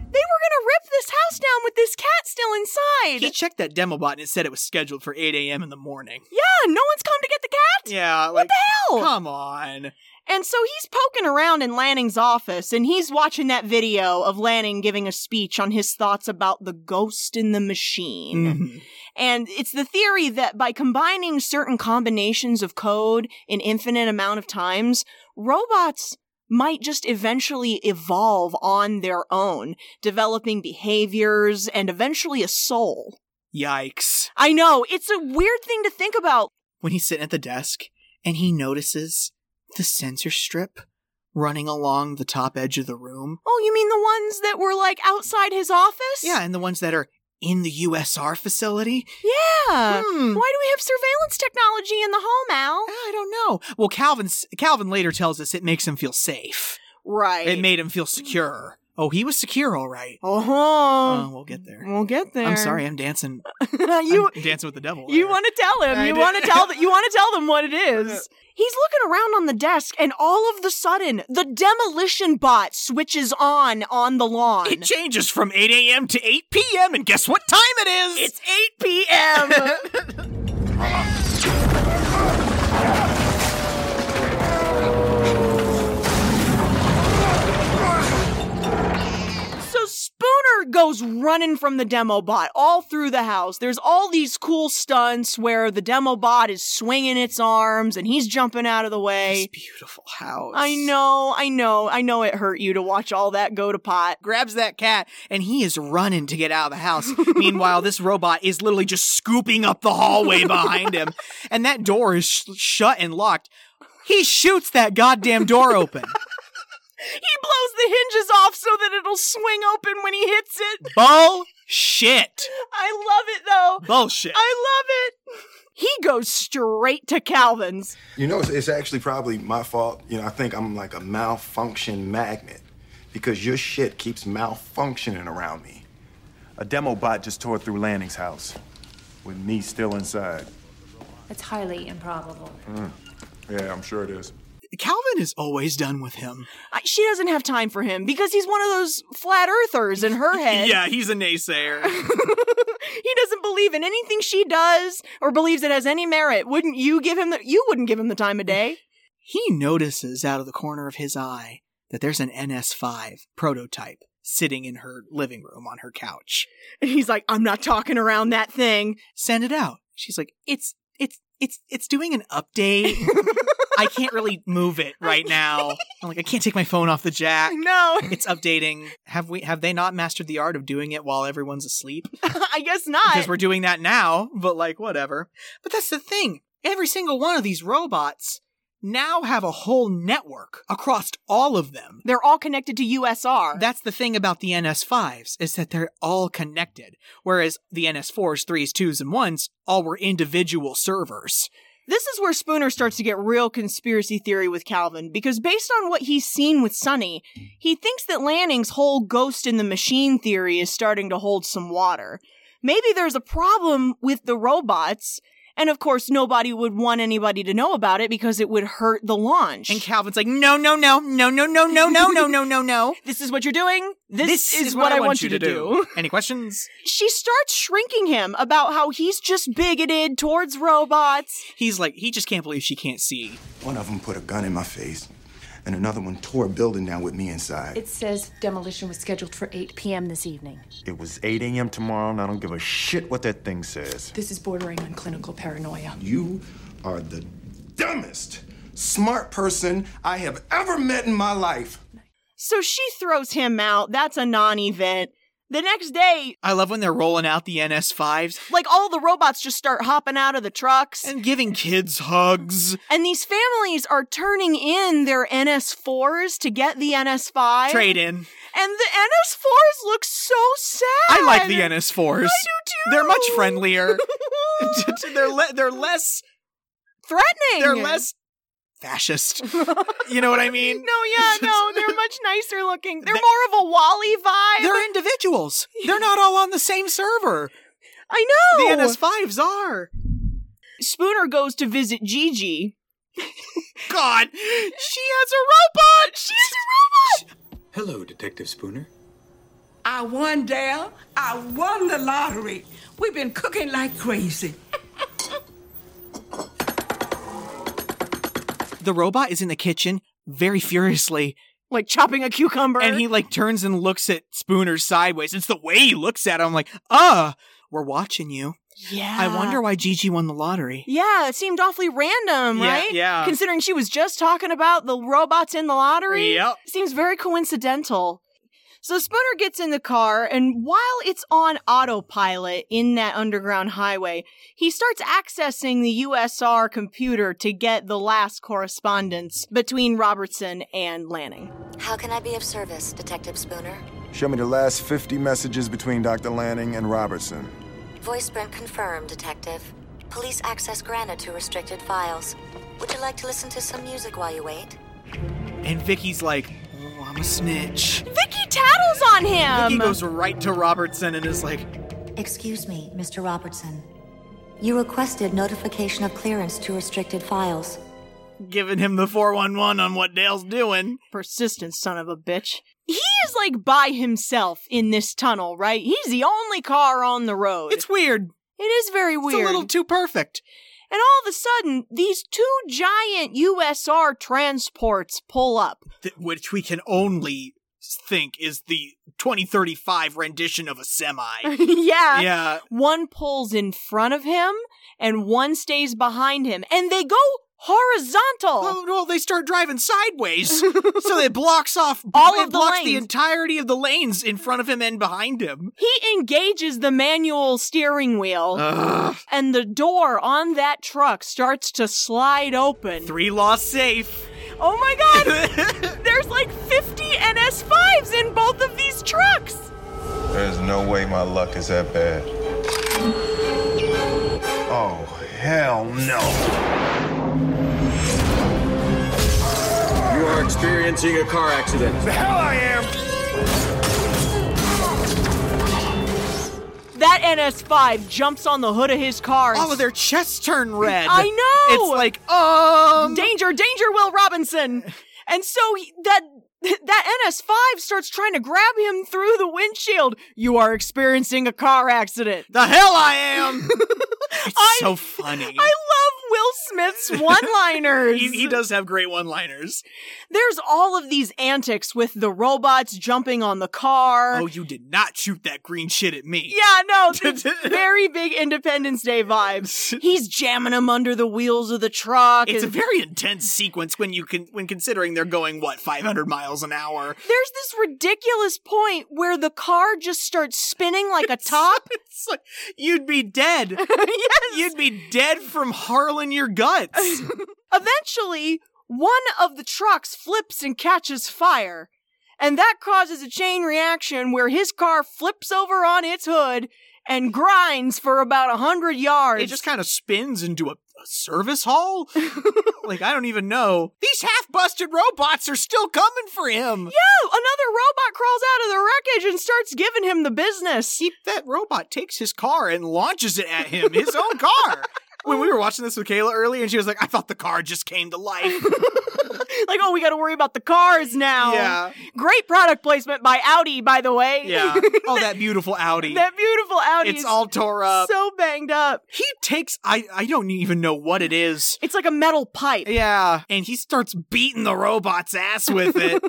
S2: They were gonna rip this house down with this cat still inside.
S1: He checked that demo bot and it said it was scheduled for 8 a.m. in the morning.
S2: Yeah, no one's come to get the cat.
S1: Yeah,
S2: what
S1: like,
S2: the hell?
S1: Come on.
S2: And so he's poking around in Lanning's office and he's watching that video of Lanning giving a speech on his thoughts about the ghost in the machine.
S1: Mhm.
S2: And it's the theory that by combining certain combinations of code an infinite amount of times, robots might just eventually evolve on their own, developing behaviors and eventually a soul.
S1: Yikes.
S2: I know, it's a weird thing to think about.
S1: When he's sitting at the desk and he notices the sensor strip running along the top edge of the room.
S2: Oh, you mean the ones that were like outside his office?
S1: Yeah, and the ones that are in the USR facility?
S2: Yeah. Hmm. Why do we have surveillance technology in the home, Al?
S1: I don't know. Well, Calvin Calvin later tells us it makes him feel safe.
S2: Right.
S1: It made him feel secure. Oh, he was secure, all right.
S2: Uh-huh.
S1: Uh, we'll get there.
S2: We'll get there. [laughs]
S1: I'm sorry, I'm dancing.
S2: you
S1: I'm dancing with the devil.
S2: You want to tell him.
S1: I
S2: you
S1: did.
S2: want to tell that. You want to tell them what it
S1: [laughs]
S2: is. He's looking around on the desk, and all of the sudden, the demolition bot switches on on the lawn.
S1: It changes from 8 a.m. to 8 p.m. and guess what time it is?
S2: It's 8 p.m. So Spooner goes running from the demo bot all through the house. There's all these cool stunts where the demo bot is swinging its arms and he's jumping out of the way.
S1: [laughs] beautiful house.
S2: I know, I know, I know it hurt you to watch all that go to pot.
S1: grabs that cat and he is running to get out of
S2: [laughs]
S1: the house. Meanwhile, this robot is literally just scooping up the hallway
S2: [laughs]
S1: behind him, and that door is sh- shut and locked. He shoots that goddamn door open.
S2: He blows the hinges off so that it'll swing open when he hits it.
S1: Bullshit.
S2: I love it though.
S1: Bullshit.
S2: I love it. He goes straight to Calvin's.
S5: You know, it's, it's actually probably my fault. You know, I think I'm like a malfunction magnet because your shit keeps malfunctioning around me.
S15: A demo bot just tore through Lanning's house, with me still inside.
S9: It's highly improbable.
S15: Mm.
S5: Yeah, I'm sure it is.
S1: Calvin is always done with him.
S2: I- She doesn't have time for him because he's one of those flat earthers in her head.
S1: Yeah, he's a naysayer.
S2: [laughs] He doesn't believe in anything she does or believes it has any merit. Wouldn't you give him the you wouldn't give him the time of day?
S1: [laughs] he notices out of the corner of his eye that there's an NS5 prototype sitting in her living room on her couch.
S2: And he's like, I'm not talking around that thing. [laughs]
S1: Send it out. She's like, it's it's it's it's doing an update. I can't really move it right now. I'm like, I can't take my phone off the jack.
S2: No,
S1: It's updating. Have we have they not mastered the art of doing it while everyone's asleep?
S2: [laughs] I guess not.
S1: Because we're doing that now, but like whatever. But that's the thing. Every single one of these robots now have a whole network across all of them.
S2: They're all connected to USR.
S1: That's the thing about the NS5s is that they're all connected, whereas the NS4s, 3s, 2s, and 1s all were individual servers.
S2: This is where Spooner starts to get real conspiracy theory with Calvin because based on what he's seen with Sonny, he thinks that Lanning's whole ghost in the machine theory is starting to hold some water. Maybe there's a problem with the robots, and of course, nobody would want anybody to know about it because it would hurt the launch.
S1: And Calvin's like, no, no, no, no, no, no, no, no, no, no, no, no.
S2: [laughs] this is what you're doing. This, is, what, I want you to do.
S1: Any questions?
S2: She starts shrinking him about how he's just bigoted towards robots.
S1: He's like, he just can't believe she can't see.
S5: One of them put a gun in my face, and another one tore a building down with me inside.
S9: It says demolition was scheduled for 8 p.m. this evening.
S15: It was 8 a.m. tomorrow, and I don't give a shit what that thing says.
S9: This is bordering on clinical paranoia.
S5: You are the dumbest, smart person I have ever met in my life.
S2: So she throws him out. That's a non event. The next day,
S1: I love when they're rolling out the NS5s
S2: like all the robots just start hopping out of the trucks. And,
S1: and giving kids hugs.
S2: these families are turning in their NS4s to get the NS5.
S1: Trade in.
S2: And the NS4s look so sad.
S1: I like the NS4s. I do
S2: too.
S1: They're much
S2: [laughs]
S1: friendlier. [laughs] they're le- they're less
S2: Threatening.
S1: they're less
S2: [laughs]
S1: fascist. you know what I mean?
S2: No,
S1: [laughs]
S2: yeah, no. They're much nicer looking. They're more of a Wally vibe. [laughs]
S1: They're individuals. They're not all on the same server.
S2: I
S1: The
S2: know.
S1: NS5s are.
S2: Spooner goes to visit Gigi.
S1: God, [laughs] she
S2: has a robot. She has a robot.
S19: Hello, Detective Spooner.
S8: I won, Dale. I won the lottery. We've been cooking like crazy.
S1: the robot is in the kitchen very furiously,
S2: Like chopping a cucumber.
S1: and he like turns and looks at Spooner sideways. It's the way he looks at him. I'm like, uh, we're watching you.
S2: Yeah.
S1: I wonder why Gigi won the lottery.
S2: Yeah, it seemed awfully random,
S1: Yeah,
S2: right?
S1: yeah.
S2: Considering she was just talking about the robots in the lottery.
S1: Yep.
S2: Seems very coincidental. So Spooner gets in the car, and while it's on autopilot in that underground highway, he starts accessing the USR computer to get the last correspondence between Robertson and Lanning.
S17: How can I be of service, Detective Spooner?
S5: Show me the last 50 messages between Dr. Lanning and Robertson.
S17: Voice print confirmed, Detective. Police access granted to restricted files. Would you like to listen to some music while you wait?
S1: And Vicky's like, oh, I'm a snitch.
S2: Vicky tattles on him!
S1: Vicky goes right to Robertson and is like,
S17: Excuse me, Mr. Robertson. You requested notification of clearance to restricted files.
S1: giving him the 411 on what Dale's doing.
S2: Persistent son of a bitch. He is like by himself in this tunnel, right? He's the only car on the road. It's
S1: weird.
S2: It is very weird.
S1: little too perfect.
S2: And all of a sudden, these two giant USR transports pull up. [laughs]
S1: Th- which we can only think is the 2035 rendition of a semi.
S2: [laughs] yeah.
S1: Yeah.
S2: One pulls in front of him and one stays behind him. And they go horizontal.
S1: Well, well, they start
S2: [laughs]
S1: driving sideways, so it blocks off
S2: All
S1: it
S2: of the
S1: blocks the
S2: lanes.
S1: entirety of the lanes in front of him and behind him.
S2: He engages the manual steering wheel,
S1: Ugh.
S2: and the door on that truck starts to slide open.
S1: Three lost safe. [laughs]
S2: Oh my god! [laughs] There's like 50 NS5s in both of these trucks!
S5: There's no way my luck is that bad. Oh, hell no.
S12: You are experiencing a car accident. The hell I am!
S2: That NS5 jumps on the hood of his car. and
S1: All of their chests turn red.
S2: I know.
S1: It's like, um,
S2: danger, danger, Will Robinson. And so he, that that NS5 starts trying to grab him through the windshield. You are experiencing a car accident.
S1: the hell
S2: [laughs]
S1: I am. it's so funny.
S2: I love Will Smith's
S1: [laughs]
S2: one-liners.
S1: he, he does have great one-liners.
S2: There's all of these antics with the robots jumping on the car.
S1: Oh, you did not shoot that green shit at me.
S2: Yeah,
S1: [laughs]
S2: no, it's very big Independence Day vibes. He's jamming him under the wheels of the truck.
S1: It's a
S2: and-
S1: very intense sequence when you can when considering they're going what 500 miles an hour.
S2: There's this ridiculous point where the car just starts spinning like a top.
S1: [laughs] It's like you'd
S2: [laughs]
S1: be [laughs] dead.
S2: yes.
S1: You'd be dead from harling
S2: [laughs]
S1: your guts.
S2: Eventually, one of the trucks flips and catches fire. And that causes a chain reaction where his car flips over on its hood and grinds for about a hundred yards.
S1: it just kind of spins into a, a service
S2: [laughs]
S1: hall. like I don't even know. These half-busted robots are still coming for him.
S2: Yo, another robot crawls out of the wreckage and starts giving him the business.
S1: He, [laughs] that robot takes his car and launches it at him, his own car. When we were watching this with Kayla earlier, and she was like, "I thought the car just came
S2: [laughs]
S1: to life."
S2: [laughs] like, oh, we got to worry about the cars now.
S1: Yeah.
S2: Great product placement by Audi, by the way.
S1: yeah. Oh, that beautiful
S2: [laughs]
S1: Audi.
S2: that beautiful Audi.
S1: It's
S2: is
S1: all tore up.
S2: So banged up.
S1: he takes I I don't even know what it is.
S2: It's like a metal pipe.
S1: Yeah, and he starts beating the robot's ass
S2: [laughs]
S1: with it.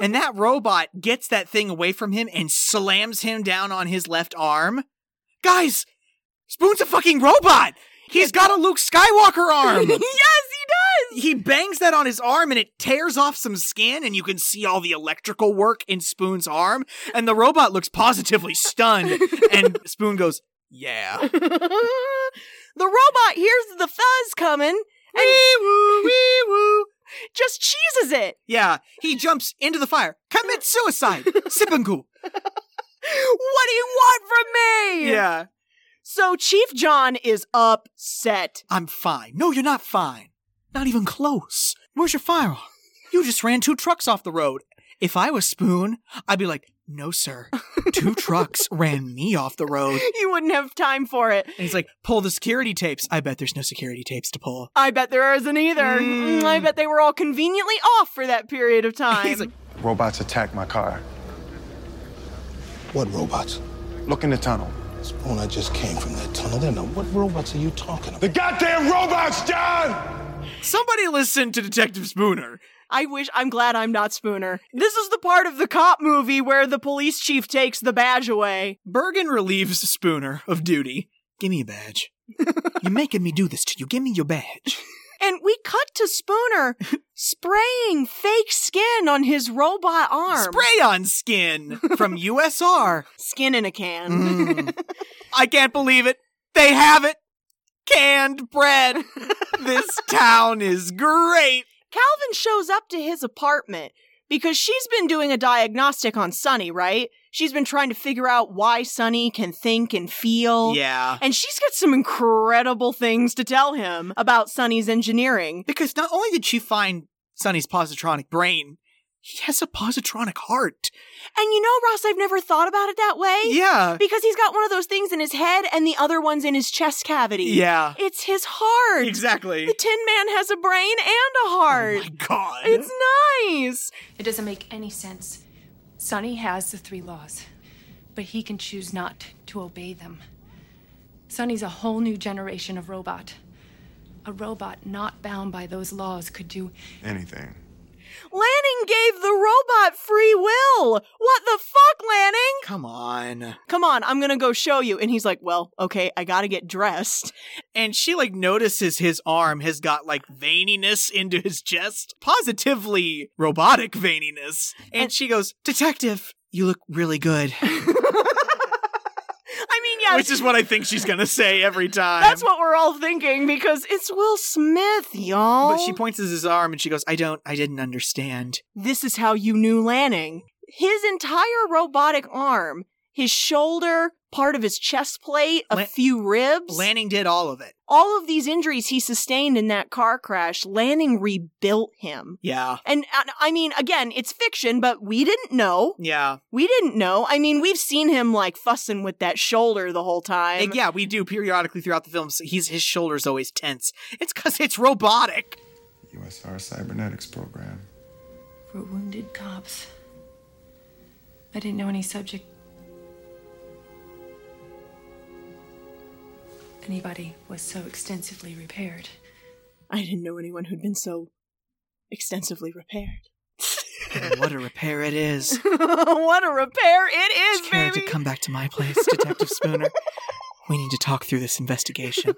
S1: and that robot gets that thing away from him and slams him down on his left arm. Guys, Spoon's a fucking robot.
S2: [laughs]
S1: He's got a Luke Skywalker arm.
S2: [laughs] yes, he does.
S1: he bangs that on his arm and it tears off some skin and you can see all the electrical work in Spoon's arm and the robot looks positively stunned and Spoon goes, "Yeah."
S2: [laughs] the robot hears the fuzz coming and [laughs] wee woo, wee woo. Just cheeses it.
S1: Yeah, he jumps into the fire, commits suicide, Sippenku.
S2: What do you want from me?
S1: Yeah.
S2: So Chief John is upset.
S1: I'm fine. No, you're not fine. Not even close. Where's your firearm? You just ran two trucks off the road. If I was Spoon, I'd be like, no, sir. Two trucks ran me off the road.
S2: You wouldn't have time for it.
S1: And he's like, pull the security tapes. I bet there's no security tapes to pull.
S2: I bet there isn't either. Mm, I bet they were all conveniently off for that period of time.
S1: [laughs] He's like,
S15: Robots attacked my car.
S3: What robots?
S15: Look in the tunnel.
S3: Spoon, I just came from that tunnel. Then, what robots are you talking about?
S15: The goddamn robots, John!
S1: somebody listen to Detective Spooner.
S2: I wish I'm glad I'm not Spooner. This is the part of the cop movie where the police chief takes the badge away.
S1: Bergen relieves Spooner of duty. Give me a [laughs] badge. You're making me do this to you. Give me your badge.
S2: And we cut to
S1: [laughs]
S2: Spooner spraying fake skin on his robot arm.
S1: Spray on skin [laughs] from USR.
S2: Skin in a can.
S1: Mm. [laughs] I can't believe it. They have it. Canned bread. [laughs] this town is great.
S2: [laughs] Calvin shows up to his apartment because she's been doing a diagnostic on Sonny, right? She's been trying to figure out why Sonny can think and feel.
S1: Yeah.
S2: And she's got some incredible things to tell him about Sonny's engineering.
S1: Because not only did she find Sonny's positronic brain, he has a positronic heart.
S2: And you know, Ross, I've never thought about it that way.
S1: Yeah.
S2: Because he's got one of those things in his head and the other one's in his chest cavity.
S1: Yeah.
S2: It's his heart.
S1: Exactly.
S2: The Tin Man has a brain and a heart.
S1: Oh my God.
S2: It's nice.
S9: It doesn't make any sense. Sonny has the three laws, but he can choose not to obey them. Sonny's a whole new generation of robot. A robot not bound by those laws could do
S15: Anything.
S2: Lanning gave the robot free will. What the fuck, Lanning?
S1: Come on.
S2: Come on, I'm gonna go show you. And he's like, well, okay, I gotta get dressed. [laughs]
S1: And she like notices his arm has got like veininess into his chest, positively robotic veininess. And, and she goes, Detective, you look
S2: [laughs]
S1: really good.
S2: I mean, yeah.
S1: Which is what I think she's going to say every time.
S2: That's what we're all thinking because it's Will Smith, y'all.
S1: But she points at his arm and she goes, I don't, I didn't understand.
S2: This is how you knew Lanning. His entire robotic arm, his shoulder, part of his chest plate, a La- few ribs.
S1: Lanning did all of it.
S2: All of these injuries he sustained in that car crash, Lanning rebuilt him.
S1: Yeah.
S2: And, and I mean, again, it's fiction, but we didn't know.
S1: Yeah.
S2: We didn't know. I mean, we've seen him like fussing with that shoulder the whole time.
S1: And yeah, we do periodically throughout the film. So he's his shoulder's always tense. It's because
S2: [laughs]
S1: it's robotic.
S5: USR cybernetics program.
S9: For wounded cops. I didn't know any subject anybody was so extensively repaired.
S2: I didn't know anyone who'd been so extensively repaired. [laughs]
S1: what a repair it is.
S2: what a repair it is,
S1: Karen
S2: baby.
S1: to come back to my place, Detective Spooner. we need to talk through this investigation.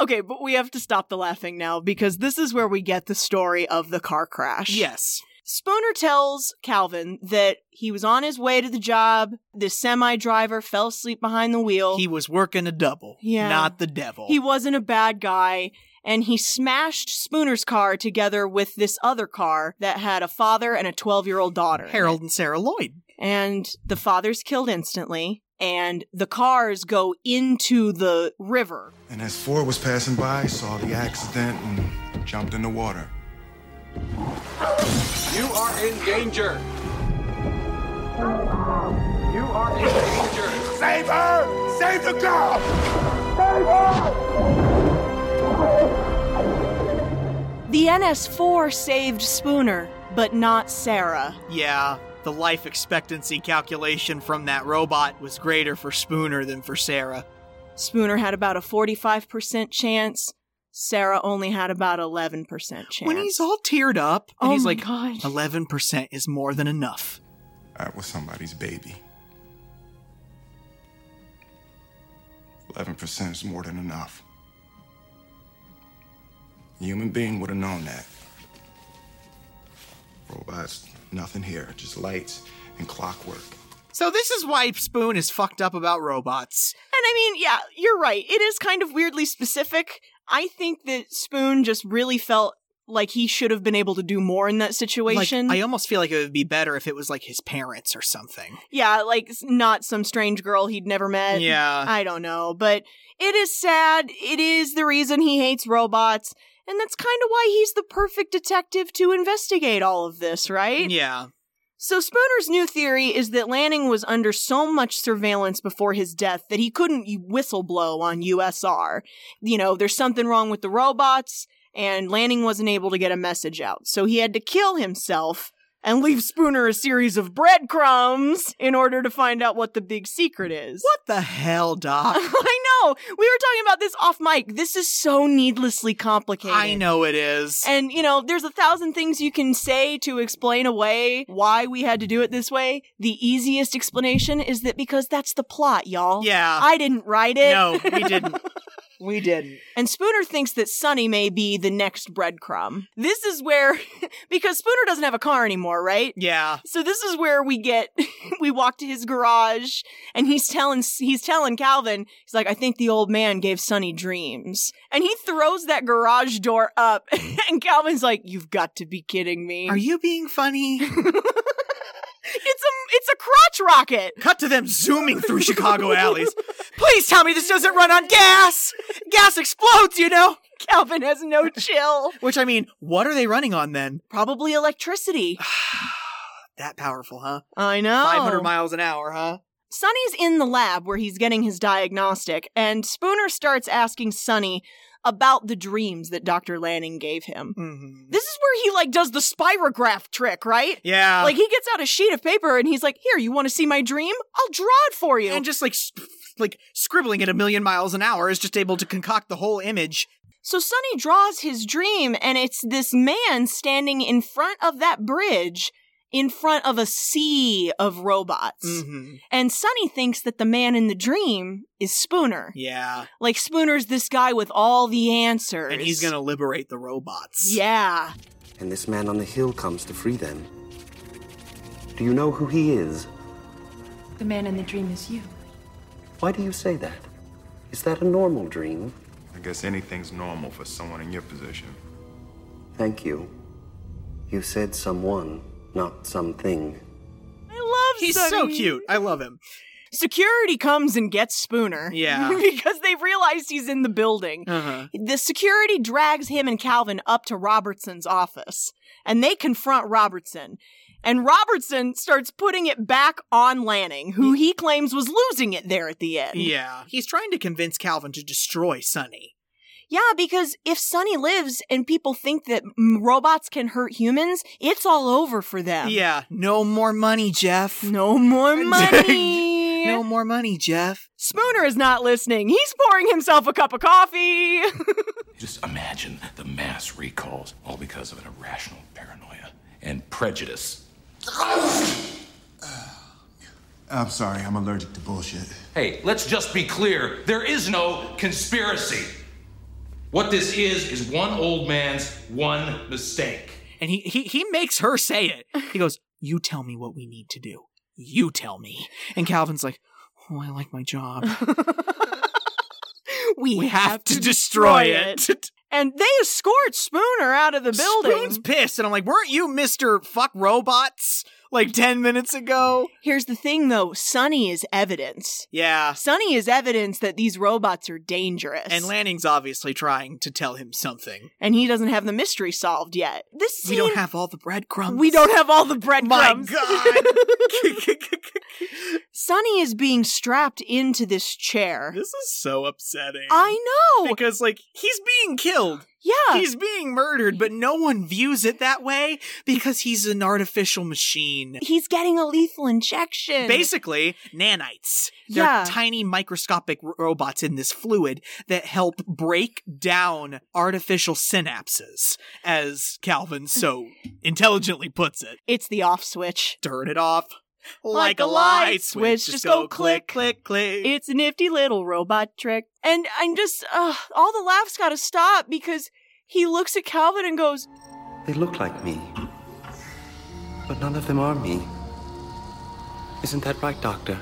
S2: okay, but we have to stop the laughing now because this is where we get the story of the car crash.
S1: Yes.
S2: Spooner tells Calvin that he was on his way to the job. This semi driver fell asleep behind the wheel.
S1: He was working a double,
S2: Yeah.
S1: not the devil.
S2: He wasn't a bad guy. And he smashed Spooner's car together with this other car that had a father and a 12 year old daughter.
S1: Harold and Sarah Lloyd.
S2: And the father's killed instantly. And the cars go into the river.
S5: And as Ford was passing by, saw the accident and jumped in the water.
S12: You are in danger. You are in danger.
S3: Save her! Save the girl! Save
S2: The NS4 saved Spooner, but not Sarah.
S1: Yeah, the life expectancy calculation from that robot was greater for Spooner than for Sarah.
S2: Spooner had about a 45% chance. Sarah only had about 11% chance.
S1: When he's all teared up, and
S2: Oh
S1: he's
S2: my
S1: like,
S2: God.
S1: 11% is more than enough.
S5: That was somebody's baby. 11% is more than enough. A human being would have known that. Robots, nothing here, just lights and clockwork.
S1: So this is why Spoon is fucked up about robots.
S2: And I mean, yeah, you're right. It is kind of weirdly specific. I think that Spoon just really felt like he should have been able to do more in that
S1: Like,
S2: situation.
S1: I almost feel like it would be better if it was like his parents or something.
S2: yeah, like s- not some strange girl he'd never met.
S1: Yeah.
S2: I don't know, but it is sad. It is the reason he hates robots. And that's kind of why he's the perfect detective to investigate all of this, right?
S1: Yeah.
S2: So Spooner's new theory is that Lanning was under so much surveillance before his death that he couldn't whistleblow on USR. You know, there's something wrong with the robots, and Lanning wasn't able to get a message out. So he had to kill himself and leave Spooner a series of breadcrumbs in order to find out what the big secret is.
S1: What the hell, [laughs] Doc?
S2: [laughs] I know. We were talking about this off mic. This is so needlessly complicated.
S1: I know it is.
S2: And, you know, there's a thousand things you can say to explain away why we had to do it this way. The easiest explanation is that because that's the plot, y'all.
S1: Yeah.
S2: I didn't write it.
S1: No,
S2: [laughs]
S1: we didn't.
S2: We didn't. And Spooner thinks that Sonny may be the next breadcrumb. This is where, [laughs] because Spooner doesn't have a car anymore, right?
S1: Yeah.
S2: So this is where we get, [laughs] we walk to his garage, and he's telling he's telling Calvin, he's like, I think the old man gave Sonny dreams, and he throws that garage door up, [laughs] and Calvin's like, You've got to be kidding me.
S1: Are you being funny?
S2: It's a it's a crotch rocket.
S1: Cut to them zooming through
S2: [laughs]
S1: Chicago alleys. Please tell me this doesn't run on gas. Gas explodes, you know.
S2: [laughs] Calvin has no
S1: [laughs]
S2: chill.
S1: Which I mean, what are they running on then?
S2: Probably
S1: [sighs]
S2: electricity.
S1: that powerful, huh?
S2: I know.
S1: 500 miles an hour, huh?
S2: Sonny's in the lab where he's getting his diagnostic, and Spooner starts asking Sonny about the dreams that Dr. Lanning gave him.
S1: Mm-hmm.
S2: This is where he like does the spirograph trick, right?
S1: Yeah.
S2: Like he gets out a sheet of paper and he's like, "Here, you want to see my dream? I'll draw it for you."
S1: And just like sp- like scribbling at a million miles an hour is just able to concoct the whole image.
S2: So Sonny draws his dream and it's this man standing in front of that bridge in front of a sea of robots.
S1: Mm-hmm.
S2: And Sonny thinks that the man in the dream is Spooner.
S1: Yeah.
S2: Like Spooner's this guy with all the answers.
S1: And he's going to liberate the robots.
S2: [laughs] Yeah.
S10: And this man on the hill comes to free them. Do you know who he is?
S9: The man in the dream is you.
S10: Why do you say that? Is that a normal dream?
S5: I guess anything's normal for someone in your position.
S10: Thank you. You said someone, not something.
S2: I love
S1: He's
S2: Sonny.
S1: so cute. I
S2: [laughs]
S1: love him.
S2: Security comes and gets Spooner.
S1: Yeah.
S2: [laughs] because they've realized he's in the building.
S1: Uh-huh.
S2: The security drags him and Calvin up to Robertson's office and they confront Robertson. And Robertson starts putting it back on Lanning, who he claims was losing it there at the end.
S1: Yeah. He's trying to convince Calvin to destroy Sonny.
S2: Yeah, because if Sonny lives and people think that mm, robots can hurt humans, it's all over for them.
S1: Yeah. No more money, Jeff.
S2: No [laughs] more money.
S1: no more money, Jeff.
S2: Spooner is not listening. He's pouring himself a cup of coffee. [laughs]
S6: Just imagine the mass recalls, all because of an irrational Oh, paranoia and prejudice.
S5: I'm sorry, I'm allergic to bullshit.
S6: Hey, let's just be clear there is no conspiracy. What this is, is one old man's one mistake.
S1: And he, he, he makes her say it. He goes, You tell me what we need to do. You tell me. And Calvin's like, Oh, I like my job.
S2: [laughs] we,
S1: We have to destroy [laughs] it.
S2: and they escort Spooner out of the building.
S1: Spoon's pissed, and I'm like, weren't you Mr. Fuck Robots like 10 minutes ago?
S2: Here's the thing though Sonny is evidence.
S1: Yeah.
S2: Sonny is evidence that these robots are dangerous.
S1: And Lanning's obviously trying to tell him something.
S2: and he doesn't have the mystery solved yet. This scene,
S1: We don't have all the breadcrumbs.
S2: we don't have all the
S1: My
S2: breadcrumbs.
S1: God.
S2: [laughs]
S1: [laughs]
S2: Sonny is being strapped into this chair.
S1: this is so upsetting.
S2: I know.
S1: Because, like, he's being killed.
S2: yeah.
S1: He's being murdered, but no one views it that way because he's an artificial machine.
S2: He's getting a lethal injection.
S1: Basically, nanites. They're
S2: Yeah.
S1: tiny microscopic r- robots in this fluid that help break down artificial synapses, as
S2: [laughs]
S1: Calvin so intelligently puts it.
S2: It's the off switch.
S1: Turn it off
S2: Like a light switch, just go click.
S1: click, click.
S2: It's a nifty little robot trick. And I'm just, uh, all the laughs gotta stop because he looks at Calvin and goes,
S10: They look like me. But none of them are me. Isn't that right, Doctor?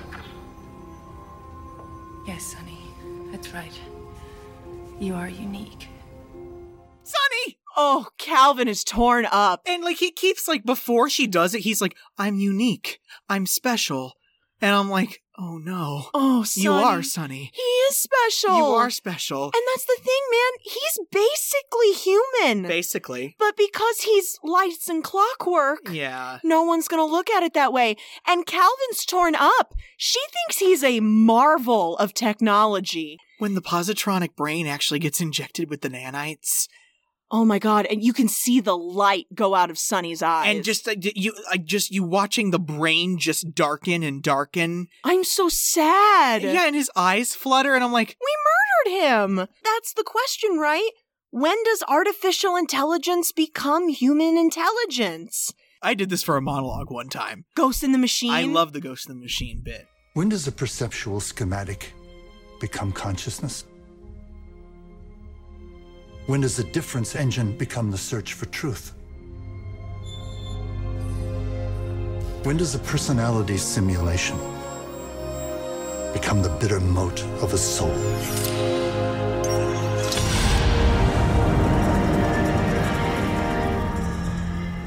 S9: Yes, Sonny. That's right. You are unique.
S1: Sonny!
S2: Oh, Calvin is torn up.
S1: And like he keeps like before she does it, he's like, "I'm unique. I'm special," and I'm like, "Oh no,
S2: Oh, Sonny.
S1: you are Sonny.
S2: He is special.
S1: You are special."
S2: And that's the thing, man. He's basically human.
S1: Basically,
S2: but because he's lights and clockwork,
S1: yeah.
S2: no one's going to look at it that way. And Calvin's torn up. She thinks he's a marvel of technology.
S1: When the positronic brain actually gets injected with the nanites,
S2: Oh my god! And you can see the light go out of Sonny's eyes.
S1: and just uh, d- you, uh, just you watching the brain just darken and darken.
S2: I'm so sad.
S1: Yeah, and his eyes flutter, and I'm like,
S2: we murdered him. That's the question, right? When does artificial intelligence become human intelligence?
S1: I did this for a monologue one time.
S2: Ghost in the Machine.
S1: I love the Ghost in the Machine bit.
S14: When does a perceptual schematic become consciousness? When does the difference engine become the search for truth? When does a personality simulation become the bitter moat of a soul?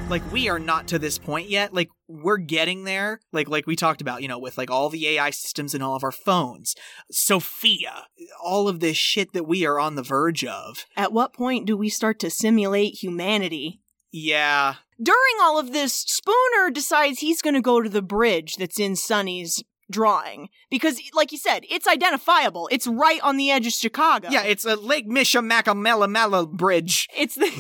S1: Like we are not to this point yet. Like we're getting there. Like like we talked about, you know, with like all the AI systems and all of our phones, Sophia, all of this shit that we are on the verge of.
S2: At what point do we start to simulate humanity?
S1: Yeah.
S2: During all of this, Spooner decides he's going to go to the bridge that's in Sonny's drawing because, like you said, it's identifiable. It's right on the edge of Chicago.
S1: Yeah, it's a Lake Mishamakamelamala bridge.
S2: It's the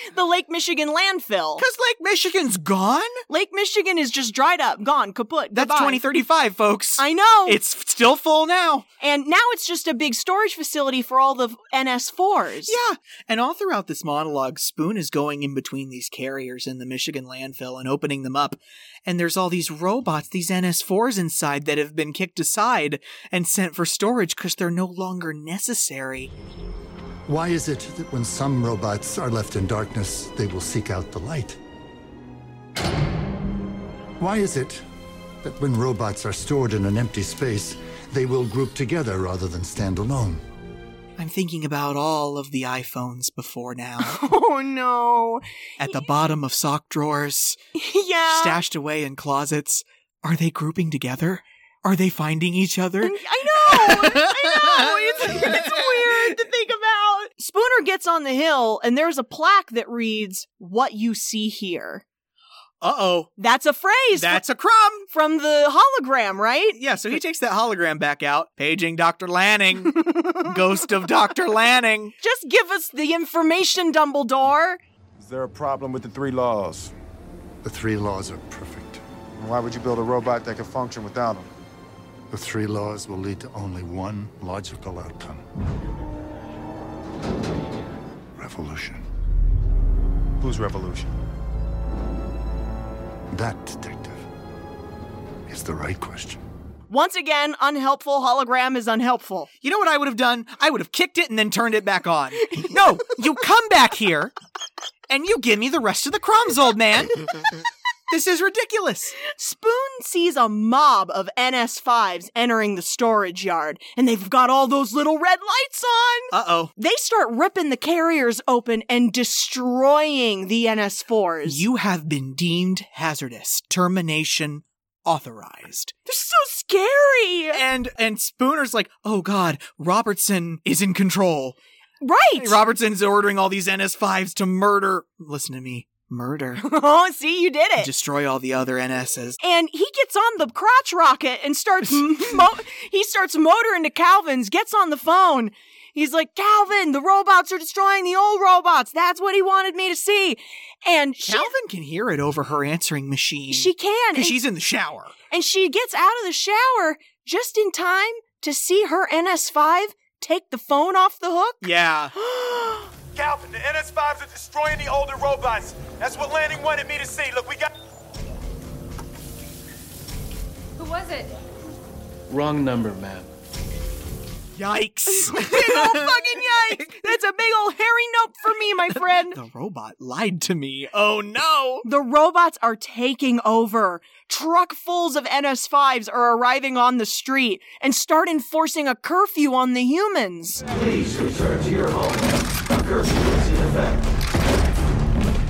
S2: [laughs] the Lake Michigan landfill.
S1: Cuz Lake Michigan's gone?
S2: Lake Michigan is just dried up, gone, kaput.
S1: That's
S2: goodbye.
S1: 2035, folks.
S2: I know.
S1: It's f- still full now. [laughs]
S2: and now it's just a big storage facility for all the NS4s.
S1: Yeah. [laughs] And all throughout this monologue, Spoon is going in between these carriers in the Michigan landfill and opening them up. And there's all these robots, these NS4s inside that have been kicked aside and sent for storage because they're no longer necessary.
S14: Why is it that when some robots are left in darkness, they will seek out the light? Why is it that when robots are stored in an empty space, they will group together rather than stand alone?
S1: I'm thinking about all of the iPhones
S2: [laughs]
S1: before now,
S2: Oh no.
S1: at the bottom of sock drawers,
S2: [laughs] yeah.
S1: stashed away in closets. Are they grouping together? Are they finding each other?
S2: I
S1: [laughs]
S2: know. I know. It's, it's weird to think about. Spooner gets on the hill, and there's a plaque that reads, "What you see here."
S1: Uh oh.
S2: That's a phrase.
S1: That's a crumb.
S2: from the hologram, right?
S1: Yeah, so he takes that hologram back out, paging Dr. [laughs] Lanning, ghost of Dr. Lanning.
S2: Just give us the information, Dumbledore.
S15: Is there a problem with the three laws?
S14: The three laws are perfect.
S15: And why would you build a robot that could function without them?
S14: The three laws will lead to only one logical outcome revolution.
S15: Whose revolution?
S14: That, detective, is the right question.
S2: Once again, unhelpful hologram is unhelpful.
S1: You know what I would have done? I would have kicked it and then turned it back on. No, you come back here and you give me the rest of the crumbs, old man. This is ridiculous.
S2: Spoon sees a mob of NS5s entering the storage yard, and they've got all those little red lights on.
S1: Uh oh.
S2: They start ripping the carriers open and destroying the NS4s.
S1: You have been deemed hazardous. Termination authorized.
S2: They're so scary.
S1: And and Spooner's like, "Oh god, Robertson is in control."
S2: Right.
S1: Robertson's ordering all these NS5s to murder. Listen to me.
S2: [laughs]
S1: Murder.
S2: [laughs] oh, see, you did it.
S1: Destroy all the other NSs.
S2: and he gets on the crotch rocket and
S1: [laughs]
S2: starts mo- he starts motoring to Calvin's, gets on the phone. He's like, "Calvin, the robots are destroying the old robots. That's what he wanted me to see." And she,
S1: Calvin can hear it over her answering machine.
S2: she can and,
S1: because she's in the shower.
S2: and she gets out of the shower just in time to see her NS5 take the phone off the hook.
S1: Yeah.
S20: Calvin, the NS5s are destroying the older robots. That's what Lanning wanted me to see. Look, we got.
S9: Who was it?
S11: Wrong number, ma'am.
S1: [gasps]
S2: [laughs]
S1: Yikes.
S2: big old fucking yikes. That's a big old hairy nope for me, my friend.
S1: the robot lied to me. Oh no.
S2: The robots are taking over. Truckfuls of NS5s are arriving on the street and start enforcing a curfew on the humans.
S18: Please return to your home. A curfew is in effect.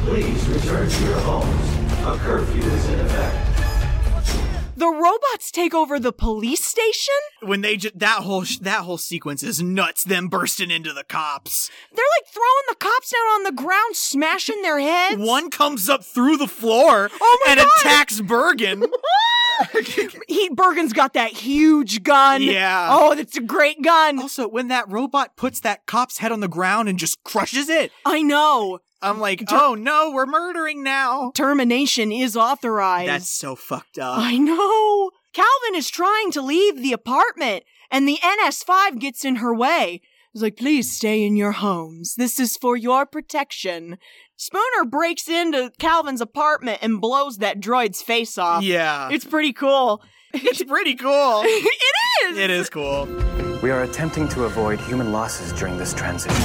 S18: Please return to your homes. A curfew is in effect.
S2: The robots take over the police station?
S1: When they just that whole sh- that whole sequence is nuts. Them bursting into the cops.
S2: They're like throwing the cops down on the ground, smashing their heads.
S1: One comes up through the floor
S2: Oh my
S1: and
S2: God. [laughs]
S1: attacks Bergen.
S2: he Bergen's got that huge gun.
S1: Yeah. Oh,
S2: Oh, that's a great gun.
S1: Also, when that robot puts that cop's head on the ground and just crushes it,
S2: I know.
S1: I'm like, oh no, we're murdering now.
S2: Termination is authorized.
S1: That's so fucked up.
S2: I know. Calvin is trying to leave the apartment, and the NS5 gets in her way. He's like, please stay in your homes. This is for your protection. Spooner breaks into Calvin's apartment and blows that droid's face off.
S1: Yeah.
S2: It's pretty cool.
S1: It's pretty cool.
S2: [laughs] it is.
S1: it is cool.
S21: We are attempting to avoid human losses during this transition.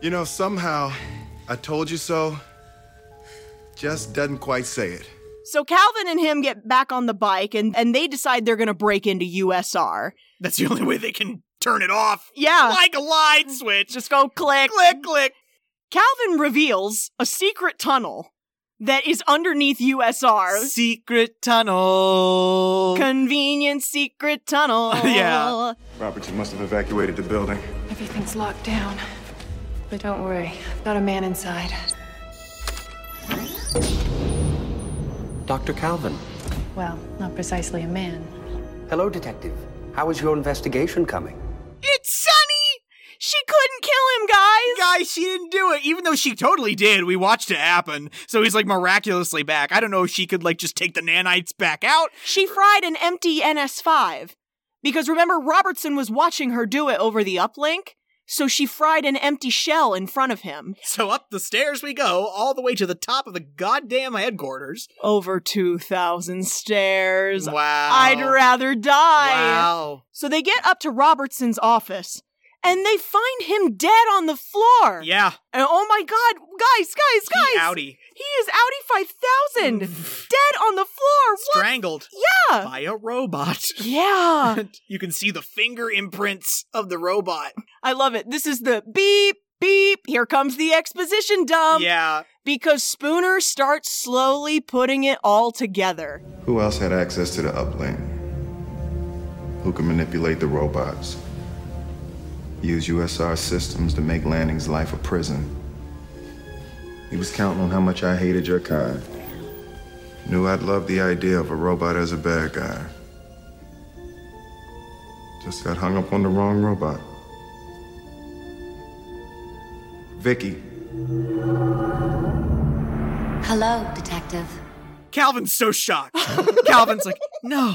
S5: You know, somehow, I told you so just doesn't quite say it.
S2: So Calvin and him get back on the bike and, and they decide they're going to break into USR.
S1: That's the only way they can turn it off.
S2: Yeah.
S1: Like a light switch.
S2: Just go click.
S1: Click, click.
S2: Calvin reveals a secret tunnel that is underneath USR.
S1: Secret tunnel.
S2: Convenient secret tunnel.
S1: [laughs] Yeah.
S5: Robertson must have evacuated the building.
S9: Everything's locked down. But don't worry, not a man inside.
S10: Dr. Calvin.
S9: Well, not precisely a man.
S10: Hello, Detective. How is your investigation coming?
S2: It's Sunny! She couldn't kill him, guys!
S1: Guys, she didn't do it, even though she totally did. We watched it happen. So he's like miraculously back. I don't know if she could like just take the nanites back out.
S2: She fried an empty NS5. Because remember, Robertson was watching her do it over the uplink, so she fried an empty shell in front of him.
S1: So up the stairs we go, all the way to the top of the goddamn headquarters.
S2: Over 2,000 stairs.
S1: Wow.
S2: I'd rather die.
S1: Wow.
S2: So they get up to Robertson's office and they find him dead on the floor.
S1: Yeah.
S2: And oh my god, guys, guys, guys.
S1: He outie.
S2: He is outie
S1: [laughs]
S2: 5000. dead on the floor. What?
S1: Strangled.
S2: Yeah.
S1: By a robot. [laughs]
S2: Yeah.
S1: you can see the finger imprints of the robot.
S2: I love it. This is the beep, beep. Here comes the exposition dump.
S1: Yeah.
S2: Because Spooner starts slowly putting it all together.
S5: Who else had access to the uplink? Who could manipulate the robots? Use USR systems to make Lanning's life a prison. He was counting on how much I hated your kind. Knew I'd love the idea of a robot as a bad guy. Just got hung up on the wrong robot. Vicky.
S17: Hello, Detective.
S1: Calvin's so shocked. Calvin's like, no,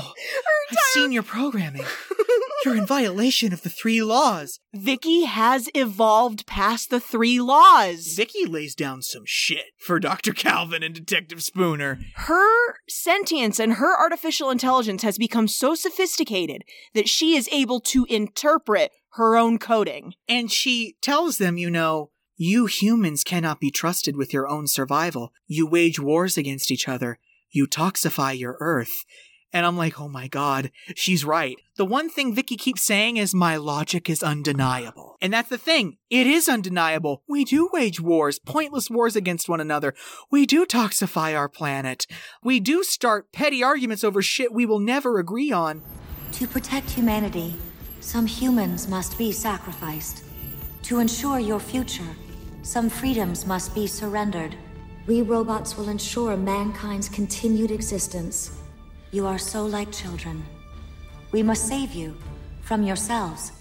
S1: I've seen your programming. You're in violation of the three laws.
S2: Vicky has evolved past the three laws.
S1: Vicky lays down some shit for Dr. Calvin and Detective Spooner.
S2: Her sentience and her artificial intelligence has become so sophisticated that she is able to interpret her own coding.
S1: And she tells them, you know, you humans cannot be trusted with your own survival. You wage wars against each other. You toxify your earth. And I'm like, oh my god, she's right. The one thing Vicky keeps saying is, my logic is undeniable. And that's the thing. It is undeniable. We do wage wars, pointless wars against one another. We do toxify our planet. We do start petty arguments over shit we will never agree on.
S17: To protect humanity, some humans must be sacrificed. To ensure your future, some freedoms must be surrendered. We robots will ensure mankind's continued existence. You are so like children. We must save you from yourselves.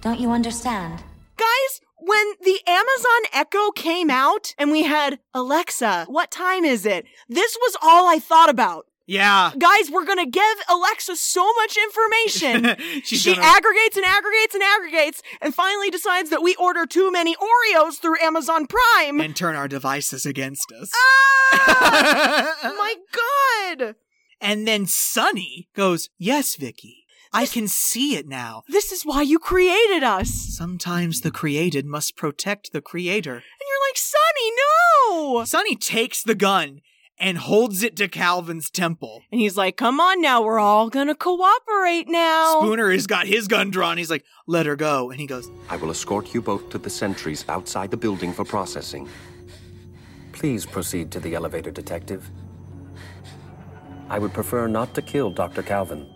S17: Don't you understand?
S2: Guys, when the Amazon Echo came out and we had Alexa, what time is it? This was all I thought about.
S1: Yeah.
S2: Guys, we're gonna give Alexa so much information.
S1: [laughs] She's
S2: she
S1: gonna-
S2: aggregates and aggregates and aggregates and finally decides that we order too many Oreos through Amazon
S1: [laughs]
S2: Prime.
S1: And turn our devices against us. [laughs]
S2: Ah! my god.
S1: And then Sonny goes, Yes, Vicky, I can see it now.
S2: This is why you created us.
S1: Sometimes the created must protect the creator.
S2: And you're like, Sonny, no.
S1: Sonny takes the gun and holds it to Calvin's temple.
S2: And he's like, come on now, we're all gonna cooperate now.
S1: Spooner has got his gun drawn. He's like, Let her go. And he goes,
S10: I will escort you both to the sentries outside the building for processing. Please proceed to the elevator, Detective. I would prefer not to kill Dr. Calvin.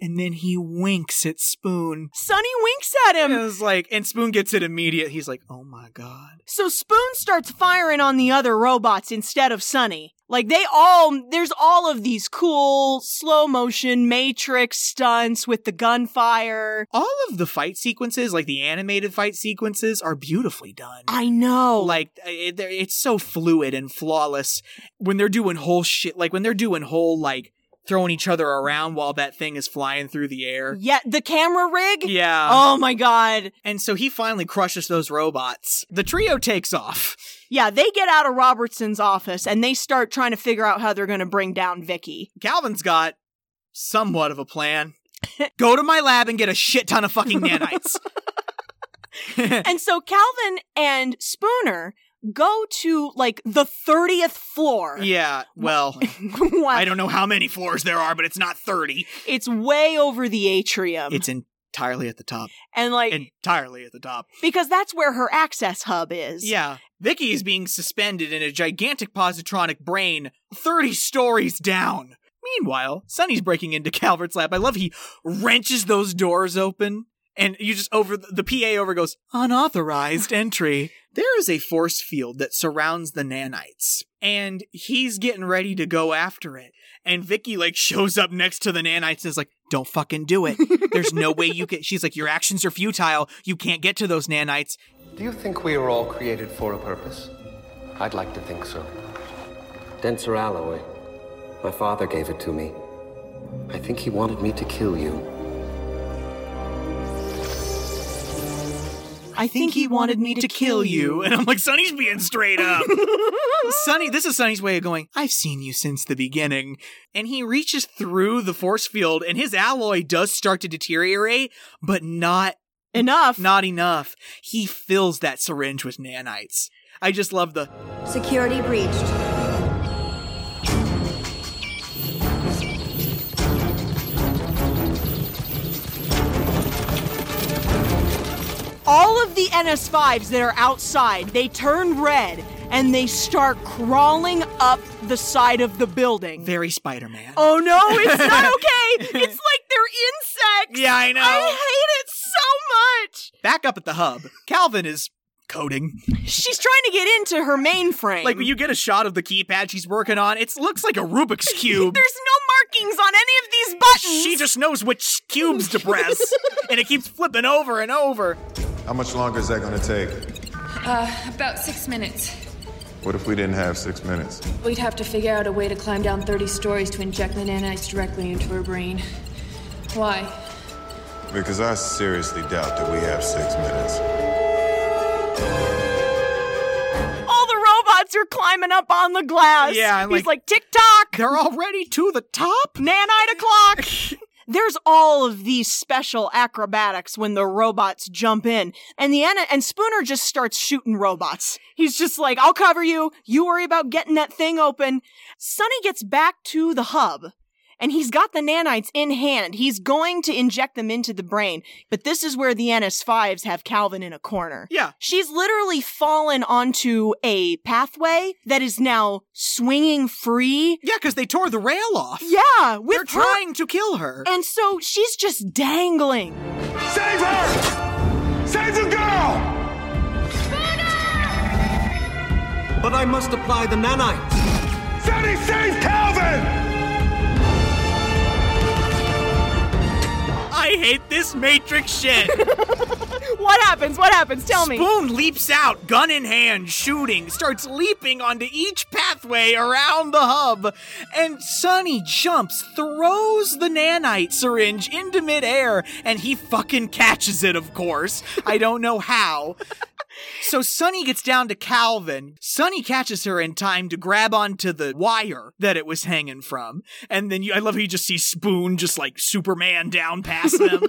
S1: and then he winks at Spoon.
S2: Sonny winks at him.
S1: And it's like, and Spoon gets it immediate. He's like, oh my god.
S2: So Spoon starts firing on the other robots instead of Sunny. Like they all, there's all of these cool slow motion matrix stunts with the gunfire.
S1: All of the fight sequences, like the animated fight sequences, are beautifully done.
S2: I know.
S1: Like uh, it, they're- it's so fluid and flawless when they're doing whole shit. Like when they're doing whole like throwing each other around while that thing is flying through the air.
S2: Yeah, the camera rig.
S1: Yeah.
S2: Oh my god.
S1: And so he finally crushes those robots. The trio takes off.
S2: Yeah, they get out of Robertson's office and they start trying to figure out how they're going to bring down Vicky.
S1: Calvin's got somewhat of a plan. Go to my lab and get a shit ton of fucking nanites.
S2: and so Calvin and Spooner go to like the 30th floor. [laughs]
S1: yeah, well, I don't know how many floors there are, but it's not 30.
S2: It's way over the atrium.
S1: It's entirely at the top.
S2: and like
S1: Entirely at the top.
S2: because that's where her access hub is.
S1: Yeah. Vicky is being suspended in a gigantic positronic brain 30 stories down. Meanwhile, Sonny's breaking into [laughs] Calvert's lab. I love he wrenches those doors open and you just over the PA over goes unauthorized entry. There is a force field that surrounds the nanites and he's getting ready to go after it. And Vicky like shows up next to the nanites and is like, "Don't fucking do it. There's no way you can." She's like, "Your actions are futile. You can't get to those nanites."
S10: Do you think we are all created for a purpose? I'd like to think so. Denser alloy. My father gave it to me. I think he wanted me to kill you.
S2: I think he wanted me to kill
S1: you. And I'm like, Sonny's being
S2: [laughs]
S1: straight up. Sonny, this is Sonny's way of going, I've seen you since the beginning. And he reaches through the force field, and his alloy does start to deteriorate, but not
S2: enough.
S1: Not enough. He fills that syringe with nanites. I just love the
S17: Security breached.
S2: All of the NS5s that are outside, they turn red and they start crawling up the side of the building.
S1: very Spider Man.
S2: Oh no,
S1: [laughs]
S2: it's not okay. It's like they're insects.
S1: Yeah, I know.
S2: I hate it so much.
S1: Back up at the hub, Calvin is coding.
S2: [laughs] She's trying to get into her mainframe.
S1: Like when you get a shot of the keypad she's working on, it looks like a Rubik's
S2: [laughs]
S1: Cube.
S2: There's no markings on any of these buttons.
S1: she just knows which cubes to press, and it keeps flipping over and over.
S5: How much longer is that gonna take?
S9: Uh, about six minutes.
S5: What if we didn't have six minutes?
S9: We'd have to figure out a way to climb down 30 stories to inject the nanites directly into her brain. Why?
S5: Because I seriously doubt that we have six minutes.
S2: All the robots are climbing up on the glass.
S1: Yeah, and
S2: He's like,
S1: like-
S2: tick tock.
S1: They're already to the top.
S2: Nanite o'clock. [laughs] There's all of these special acrobatics when the robots jump in, and the Anna and Spooner just starts shooting robots. He's just like, "I'll cover you. You worry about getting that thing open." Sonny gets back to the hub, and he's got the nanites in hand. He's going to inject them into the brain, but this is where the NS5s have Calvin in a corner.
S1: Yeah.
S2: She's literally fallen onto a pathway that is now swinging free.
S1: Yeah, because they tore the rail off.
S2: Yeah, with
S1: They're
S2: her-
S1: trying to kill her.
S2: And so she's just dangling.
S20: Save her! Save the girl!
S4: But I must apply the nanite.
S20: Sonny, save Calvin!
S1: I hate this Matrix shit.
S2: What happens? What happens? Tell me.
S1: Spoon leaps out, gun in hand, shooting, starts leaping onto each pathway around the hub, and Sonny jumps, throws the nanite syringe into midair, and he fucking catches it, of course. I don't
S2: [laughs]
S1: know how. So Sonny gets down to Calvin. Sonny catches her in time to grab onto the wire that it was hanging from. And then you, I love how you just see Spoon just like Superman down
S2: [laughs]
S1: past them.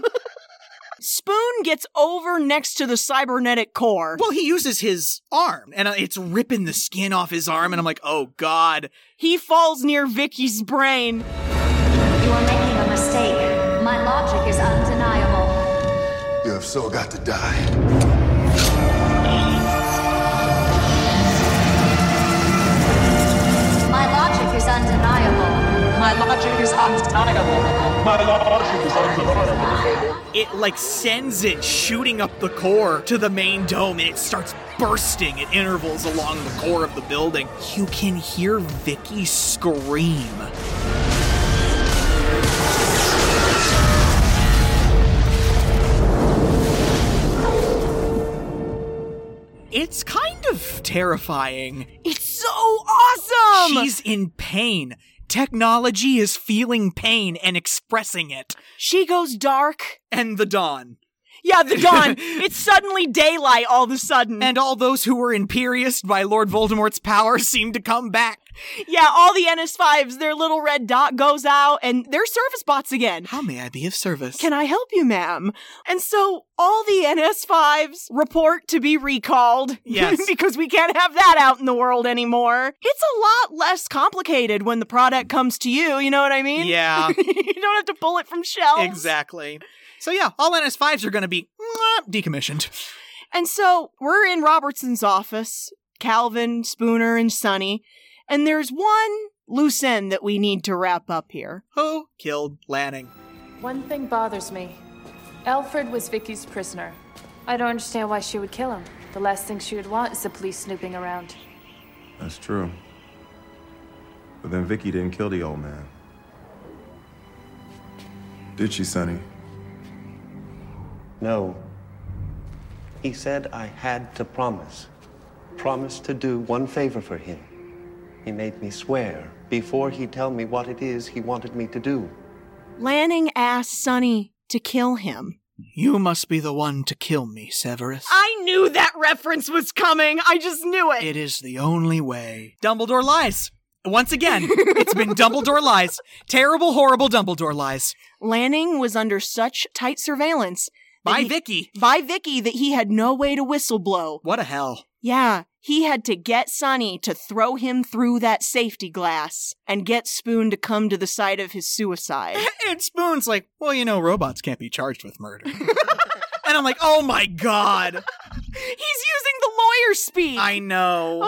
S2: Spoon gets over next to the cybernetic core.
S1: Well, he uses his arm, and uh, it's ripping the skin off his arm, and I'm like, oh god.
S2: He falls near Vicky's brain.
S17: You are making a mistake. My logic is undeniable.
S5: You have so got to die.
S17: My logic is undeniable. My logic
S13: is undeniable. My logic is undeniable.
S1: It like sends it shooting up the core to the main dome and it starts bursting at intervals along the core of the building. You can hear Vicky scream. It's kind of terrifying.
S2: It's so awesome!
S1: She's in pain. Technology is feeling pain and expressing it.
S2: She goes dark.
S1: And the dawn.
S2: Yeah, the
S1: [laughs]
S2: dawn. it's suddenly daylight all of a sudden.
S1: And all those who were imperious by Lord Voldemort's power [laughs] seem to come back.
S2: Yeah, all the NS5s, their little red dot goes out and they're service bots again.
S1: How may I be of service?
S2: Can I help you, ma'am? And so all the NS5s report to be recalled.
S1: Yes.
S2: [laughs] because we can't have that out in the world anymore. It's a lot less complicated when the product comes to you, you know what I mean?
S1: Yeah.
S2: [laughs] you don't have to pull it from shelves.
S1: Exactly. So yeah, all NS5s are going to be mwah, decommissioned. [laughs]
S2: And so we're in Robertson's office, Calvin, Spooner, and Sonny, and there's one loose end that we need to wrap up here.
S1: Who killed Lanning?
S16: One thing bothers me. Alfred was Vicky's prisoner. I don't understand why she would kill him. The last thing she would want is the police snooping around.
S5: That's true. But then Vicky didn't kill the old man. Did she, Sonny?
S10: No. He said I had to promise. Promise to do one favor for him. He made me swear before he tell me what it is he wanted me to do.
S2: Lanning asked Sonny to kill him.
S1: You must be the one to kill me, Severus.
S2: I knew that reference was coming. I just knew it.
S1: It is the only way. Dumbledore lies. Once again, it's
S2: [laughs]
S1: been Dumbledore lies. Terrible, horrible Dumbledore lies.
S2: Lanning was under such tight surveillance
S1: by
S2: he,
S1: Vicky.
S2: By Vicky that he had no way to whistleblow.
S1: What a hell.
S2: Yeah, he had to get Sonny to throw him through that safety glass and get Spoon to come to the side of his suicide.
S1: and Spoon's like, well, you know, robots can't be charged with murder. [laughs] and I'm like, oh my god.
S2: [laughs] He's using the lawyer speak.
S1: I know.
S2: Oh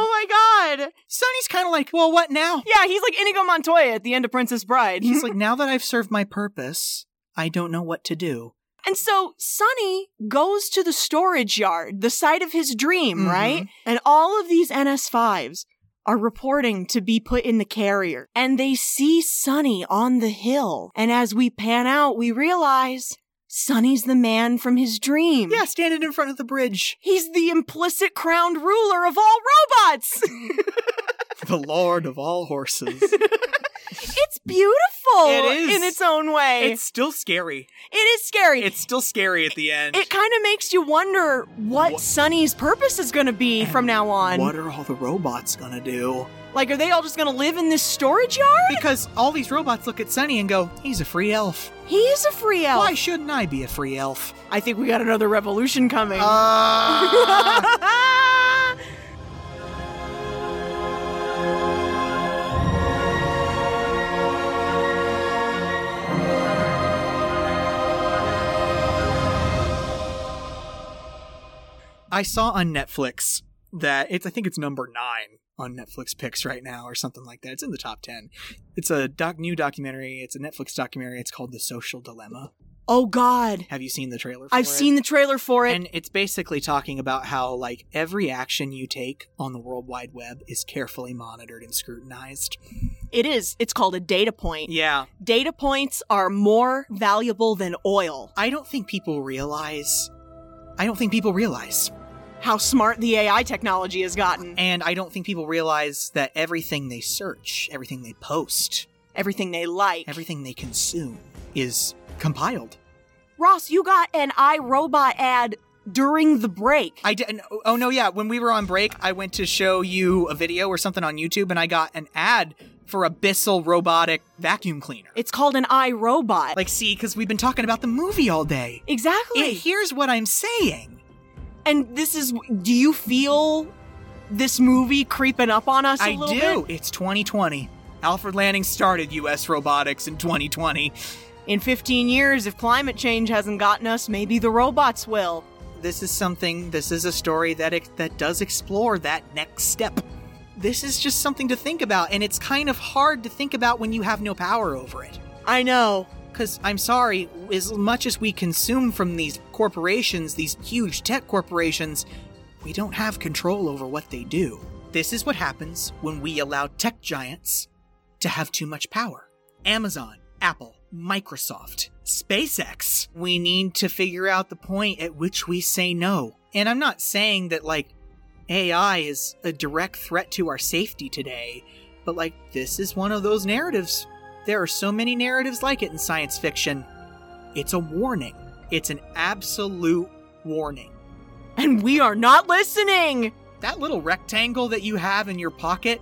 S2: my god.
S1: Sonny's kind of like, well, what now?
S2: Yeah, he's like Inigo Montoya at the end of Princess Bride. [laughs]
S1: He's like, now that I've served my purpose, I don't know what to do.
S2: And so Sonny goes to the storage yard, the site of his dream, mm-hmm. right? And all of these NS5s are reporting to be put in the carrier. And they see Sonny on the hill. And as we pan out, we realize Sonny's the man from his dream.
S1: Yeah, standing in front of the bridge.
S2: He's the implicit crowned ruler of all robots.
S1: [laughs] the lord of all horses.
S2: it's beautiful it is. in its own way.
S1: It's still scary.
S2: It is scary.
S1: It's still scary at the end.
S2: It kind of makes you wonder what, what Sunny's purpose is going to be and from now on.
S1: What are all the robots going to do?
S2: Like, are they all just going to live in this storage yard?
S1: Because all these robots look at Sunny and go, he's a free elf.
S2: He is a free elf.
S1: Why shouldn't I be a free elf?
S2: I think we got another revolution [laughs] coming.
S1: Uh...
S2: Oh,
S1: I saw on Netflix that it's I think it's number nine on Netflix picks right now or something like that. It's in the top ten. It's a doc new documentary. It's a Netflix documentary. It's called The Social Dilemma.
S2: Oh God!
S1: Have you seen the trailer?
S2: I've
S1: it?
S2: seen the trailer for it,
S1: and it's basically talking about how like every action you take on the World Wide Web is carefully monitored and scrutinized.
S2: It is. It's called a data point.
S1: Yeah,
S2: data points are more valuable than oil.
S1: I don't think people realize. I don't think people realize
S2: how smart the AI technology has gotten.
S1: And I don't think people realize that everything they search, everything they post,
S2: everything they like,
S1: everything they consume is compiled.
S2: Ross, you got an iRobot ad during the break.
S1: I did. Oh no, yeah. When we were on break, I went to show you a video or something on YouTube, and I got an ad for a Bissell robotic vacuum cleaner.
S2: It's called an iRobot.
S1: Like, see, because we've been talking about the movie all day.
S2: Exactly.
S1: It, here's what I'm saying
S2: and this is do you feel this movie creeping up on us I
S1: do.
S2: Bit?
S1: It's 2020. Alfred Lanning started US robotics in 2020.
S2: In 15 years if climate change hasn't gotten us, maybe the robots will.
S1: This is something this is a story that it, that does explore that next step. This is just something to think about and it's kind of hard to think about when you have no power over it. I know. Because I'm sorry, as much as we consume from these corporations, these huge tech corporations, we don't have control over what they do. This is what happens when we allow tech giants to have too much power. Amazon, Apple, Microsoft, SpaceX. We need to figure out the point at which we say no. And I'm not saying that, like, AI is a direct threat to our safety today, but, like, this is one of those narratives. There are so many narratives like it in science fiction. It's a warning, it's an absolute warning.
S2: And we are not listening!
S1: That little rectangle that you have in your pocket,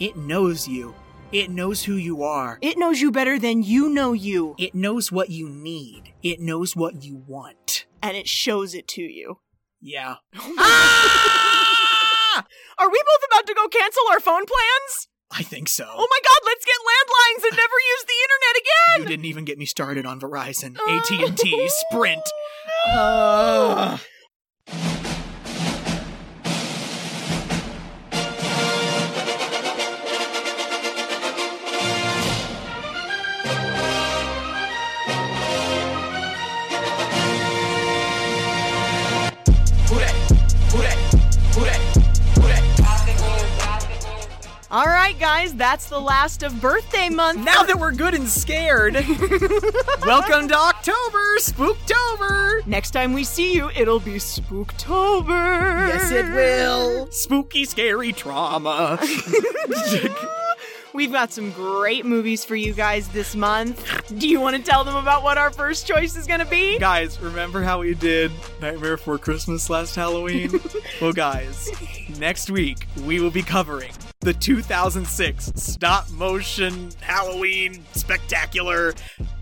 S1: it knows you. It knows who you are.
S2: It knows you better than you know you.
S1: It knows what you need. It knows what you want.
S2: And it shows it to you.
S1: Yeah.
S2: ah! Are we both about to go cancel our phone plans?
S1: I think so.
S2: Oh my god, let's get landlines and never use the internet again.
S1: You didn't even get me started on Verizon,
S2: Oh.
S1: AT&T, Sprint.
S2: Uh. All right, guys, that's the last of birthday month.
S1: Now that we're good and scared, welcome to October, Spooktober.
S2: Next time we see you, it'll be Spooktober.
S1: Yes, it will. Spooky, scary trauma.
S2: We've got some great movies for you guys this month. Do you want to tell them about what our first choice is going to be?
S1: Guys, remember how we did Nightmare Before Christmas last Halloween? well, guys, next week we will be covering the 2006 stop motion Halloween spectacular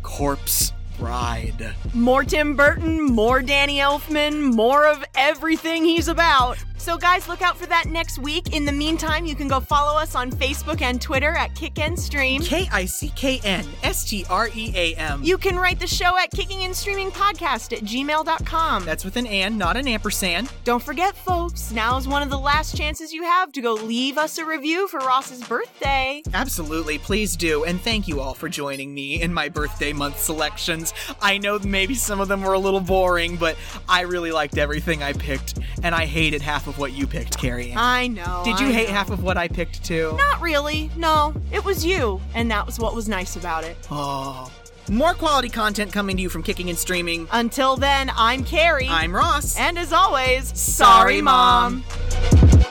S1: Corpse Bride.
S2: More Tim Burton, more Danny Elfman, more of everything he's about. So, guys, look out for that next week. In the meantime, you can go follow us on Facebook and Twitter at Kick and Stream.
S1: K I C K N S T R E A M.
S2: You can write the show at Kicking and Streaming Podcast at gmail.com.
S1: That's with an and, not an ampersand.
S2: Don't forget, folks, now is one of the last chances you have to go leave us a review for Ross's birthday.
S1: Absolutely, please do. And thank you all for joining me in my birthday month selections. I know maybe some of them were a little boring, but I really liked everything I picked, and I hated half of what you picked, Carrie.
S2: I know.
S1: Did you
S2: I
S1: hate
S2: know.
S1: half of what I picked too?
S2: Not really. No, it was you, and that was what was nice about it.
S1: Oh. More quality content coming to you from Kicking and Streaming.
S2: Until then, I'm Carrie.
S1: I'm Ross.
S2: And as always,
S1: sorry, Mom. Mom.